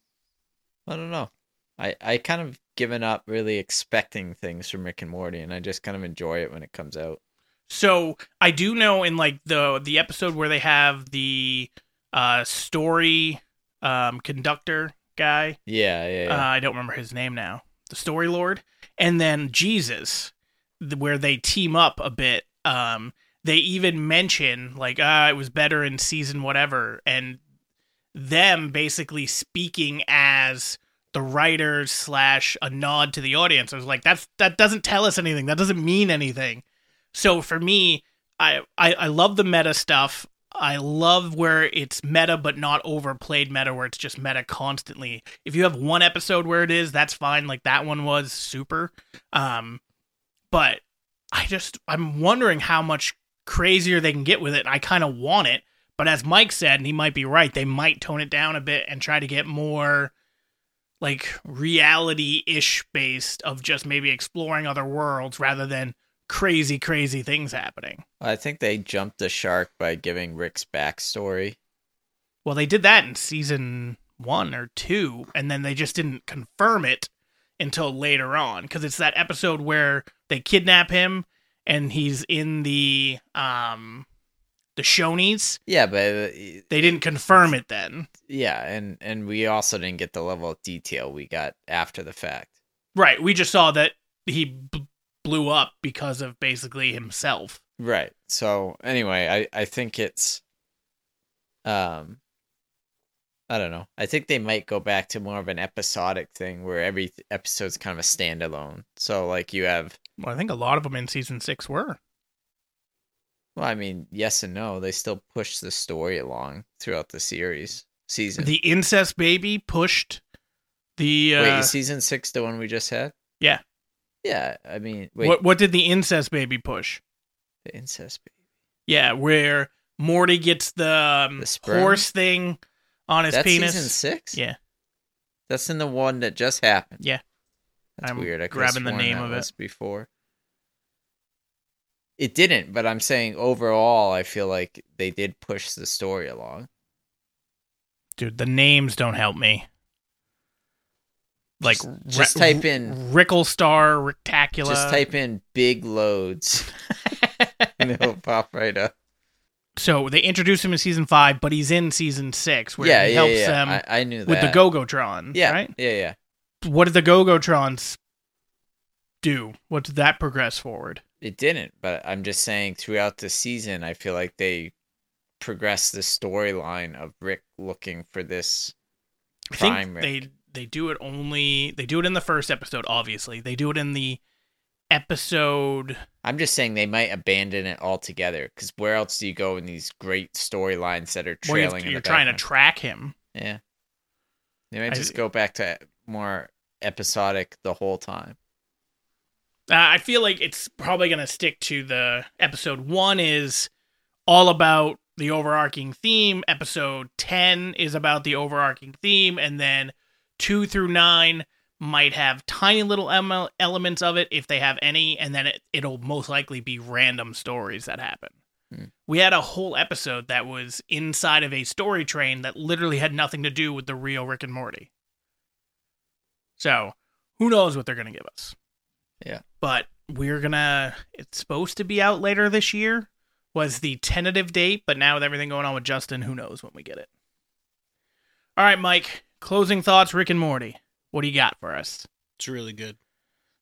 S2: I don't know. I I kind of given up really expecting things from Rick and Morty, and I just kind of enjoy it when it comes out.
S1: So I do know in like the the episode where they have the uh story um conductor guy.
S2: Yeah, yeah, yeah.
S1: Uh, I don't remember his name now. The story lord, and then Jesus, th- where they team up a bit. Um, they even mention like, ah, it was better in season whatever, and them basically speaking as the writers slash a nod to the audience. I was like, that's that doesn't tell us anything. That doesn't mean anything. So for me, I I, I love the meta stuff. I love where it's meta but not overplayed meta where it's just meta constantly. If you have one episode where it is, that's fine. Like that one was super. Um but I just I'm wondering how much crazier they can get with it. I kind of want it, but as Mike said, and he might be right, they might tone it down a bit and try to get more like reality-ish based of just maybe exploring other worlds rather than crazy crazy things happening.
S2: I think they jumped the shark by giving Rick's backstory.
S1: Well, they did that in season one or two, and then they just didn't confirm it until later on because it's that episode where they kidnap him and he's in the um the Shoney's.
S2: Yeah, but uh,
S1: They didn't confirm it then,
S2: yeah, and and we also didn't get the level of detail we got after the fact.
S1: right? We just saw that he b- blew up because of basically himself.
S2: Right. So anyway, I I think it's um I don't know. I think they might go back to more of an episodic thing where every th- episode's kind of a standalone. So like you have
S1: Well, I think a lot of them in season six were.
S2: well, I mean, yes and no, they still push the story along throughout the series season.
S1: The incest baby pushed the. Uh,
S2: Wait, is season 6 the one we just had?
S1: Yeah.
S2: Yeah, I mean, wait,
S1: What what did the incest baby push?
S2: the incest
S1: Yeah, where Morty gets the, um,
S2: The sperm?
S1: horse thing on his
S2: That's
S1: penis.
S2: season 6?
S1: Yeah.
S2: That's in the one that just happened.
S1: Yeah.
S2: That's
S1: I'm
S2: weird. I could've
S1: grabbing the
S2: sworn
S1: name
S2: that
S1: of it.
S2: was before. It didn't, but I'm saying overall, I feel like they did push the story along.
S1: Dude, the names don't help me. Like
S2: Just- just type in-
S1: Rickelstar, Rictacula.
S2: Just type in big loads and it'll pop right up.
S1: So they introduced him in season five, but he's in season six where
S2: yeah,
S1: he
S2: yeah,
S1: helps
S2: yeah.
S1: them
S2: I, I knew that.
S1: with the Gogotron.
S2: Yeah,
S1: Right?
S2: yeah, yeah.
S1: What did the Gogotrons do? What did that progress forward?
S2: It didn't, but I'm just saying throughout the season, I feel like they progressed the storyline of Rick looking for this
S1: I think
S2: Prime Rick.
S1: they they do it only they do it in the first episode. Obviously, they do it in the episode.
S2: I'm just saying they might abandon it altogether because where else do you go in these great storylines that are
S1: where you
S2: trailing?
S1: have to-
S2: in
S1: you're
S2: the
S1: trying to
S2: background?
S1: track him.
S2: yeah, they might
S1: I-
S2: just go back to more episodic the whole time.
S1: Uh, I feel like it's probably going to stick to the episode one is all about the overarching theme. Episode ten is about the overarching theme, and then two through nine might have tiny little em- elements of it if they have any, and then it, it'll most likely be random stories that happen.
S2: Hmm.
S1: We had a whole episode that was inside of a story train that literally had nothing to do with the real Rick and Morty. So, who knows what they're going to give us?
S2: Yeah.
S1: But we're going to, it's supposed to be out later this year, was the tentative date, but now with everything going on with Justin, who knows when we get it. All right, Mike, closing thoughts Rick and Morty. What do you got for us?
S3: It's really good.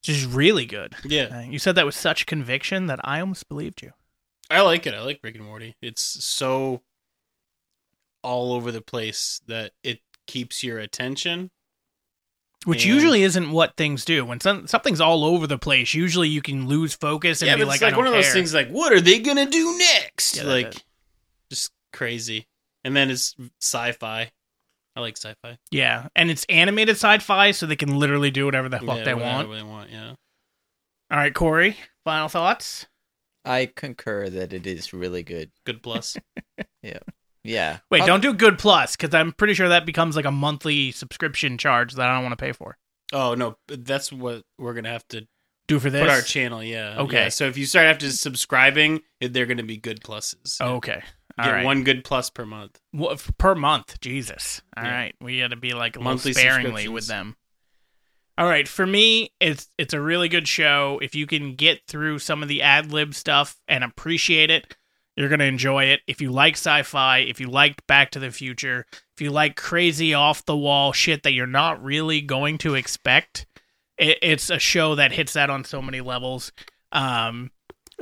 S1: Just really good. Uh,
S3: Yeah,
S1: You said that with such conviction that I almost believed you.
S3: I like it. I like Rick and Morty. It's so all over the place that it keeps your attention
S1: Which
S3: Yeah.
S1: usually isn't what things do. When some, something's all over the place, usually you can lose focus and
S3: yeah,
S1: be
S3: but
S1: like,
S3: it's
S1: I
S3: like
S1: don't
S3: one of those
S1: care.
S3: things. Like, what are they gonna do next?
S1: Yeah, that-
S3: like,
S1: that-
S3: just crazy. And then it's sci-fi. I like sci-fi.
S1: Yeah, and it's animated sci-fi, so they can literally do whatever the fuck
S3: Yeah,
S1: they
S3: whatever
S1: want.
S3: They want. Yeah.
S1: All right, Corey, final thoughts.
S2: I concur that it is really good.
S3: Good plus.
S2: Yeah.
S1: Wait,
S2: I'll-
S1: don't do Good Plus because I'm pretty sure that becomes like a monthly subscription charge that I don't want to pay for.
S3: oh no, that's what we're gonna have to
S1: Do for this?
S3: put our channel. Yeah.
S1: Okay.
S3: Yeah, so if you start after subscribing, they're gonna be good pluses.
S2: Oh,
S1: okay. All
S3: Get
S1: right.
S3: one good plus per month.
S1: Wha- f- per month. Jesus. All right,
S3: Yeah.
S1: we got to be like a little
S3: Monthly
S1: sparingly with
S3: subscriptions.
S1: them. All right, for me, it's it's a really good show. If you can get through some of the ad lib stuff and appreciate it, you're gonna enjoy it. If you like sci-fi, if you liked Back to the Future, if you like crazy off the wall shit that you're not really going to expect, it, it's a show that hits that on so many levels. Um,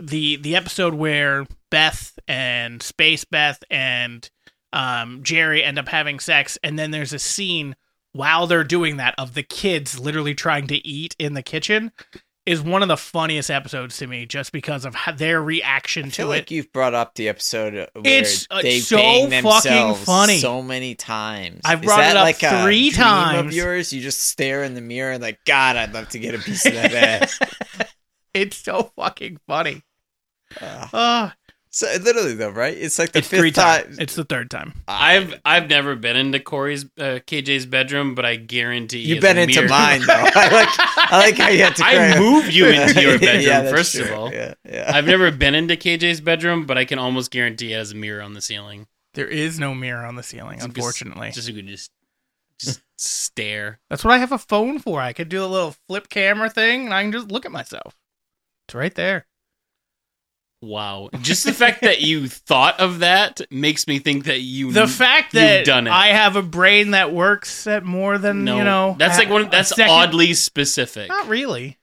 S1: the the episode where Beth and Space Beth and um, Jerry end up having sex, and then there's a scene while they're doing that of the kids literally trying to eat in the kitchen is one of the funniest episodes to me just because of how, their reaction
S2: I
S1: to
S2: feel
S1: it.
S2: like you've brought up the episode where
S1: It's, uh,
S2: they
S1: so
S2: bang
S1: fucking
S2: themselves
S1: funny.
S2: so many times.
S1: I've
S2: Is
S1: brought
S2: that
S1: it up
S2: like a
S1: three
S2: dream
S1: times.
S2: Of yours, you just stare in the mirror and like, God, I'd love to get a piece of that ass.
S1: it's so fucking funny.
S2: Ugh.
S1: Ah,
S2: so literally though, right? It's like the
S1: it's
S2: fifth
S1: three
S2: time.
S1: times. It's the third time.
S3: I've I've never been into Corey's uh, KJ's bedroom, but I guarantee
S2: You've
S3: it's
S2: been into
S3: mirror-
S2: mine though. I like, I like how you have to.
S3: I
S2: cry.
S3: moved you into your
S2: Yeah,
S3: bedroom
S2: that's
S3: first of
S2: true.
S3: all.
S2: Yeah, yeah.
S3: I've never been into KJ's bedroom, but I can almost guarantee it has a mirror on the ceiling.
S1: There is no mirror on the ceiling,
S3: It's just-
S1: unfortunately.
S3: Just you could just just stare.
S1: That's what I have a phone for. I could do a little flip camera thing and I can just look at myself. It's right there.
S3: Wow. Just the fact that you thought of that makes me think that you
S1: The fact that
S3: done it.
S1: I have a brain that works at more than,
S3: know.
S1: you know.
S3: That's like one
S1: a
S3: that's
S1: second-
S3: oddly specific.
S1: Not really.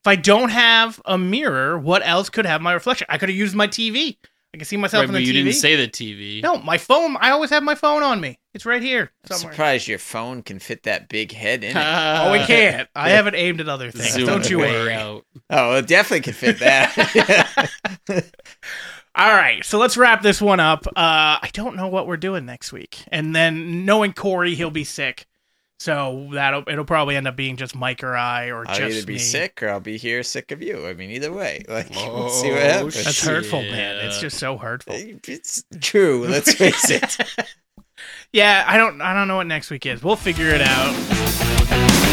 S1: If I don't have a mirror, what else could have my reflection? I could have used my TV. I can see myself
S3: Right,
S1: in
S3: but
S1: the
S3: you
S1: TV.
S3: didn't say the TV.
S1: no, my phone. I always have my phone on me. It's right here
S2: I'm
S1: somewhere.
S2: surprised your phone can fit that big head in it.
S3: Ah.
S1: Oh, we can't. I haven't aimed at other things.
S3: Zoom
S1: Don't you
S3: way
S1: worry.
S3: out.
S2: Oh, it definitely could fit that.
S1: All right, so let's wrap this one up. Uh, I don't know what we're doing next week, and then knowing Corey, he'll be sick, so that'll it'll probably end up being just Mike or I or
S2: I'll
S1: just
S2: either be
S1: me.
S2: sick or I'll be here sick of you. I mean, either way, like, let's see what happens.
S1: That's
S3: Shit.
S1: hurtful, man. It's just so hurtful.
S2: It's true. Let's face it.
S1: Yeah, I don't I don't know what next week is. We'll figure it out.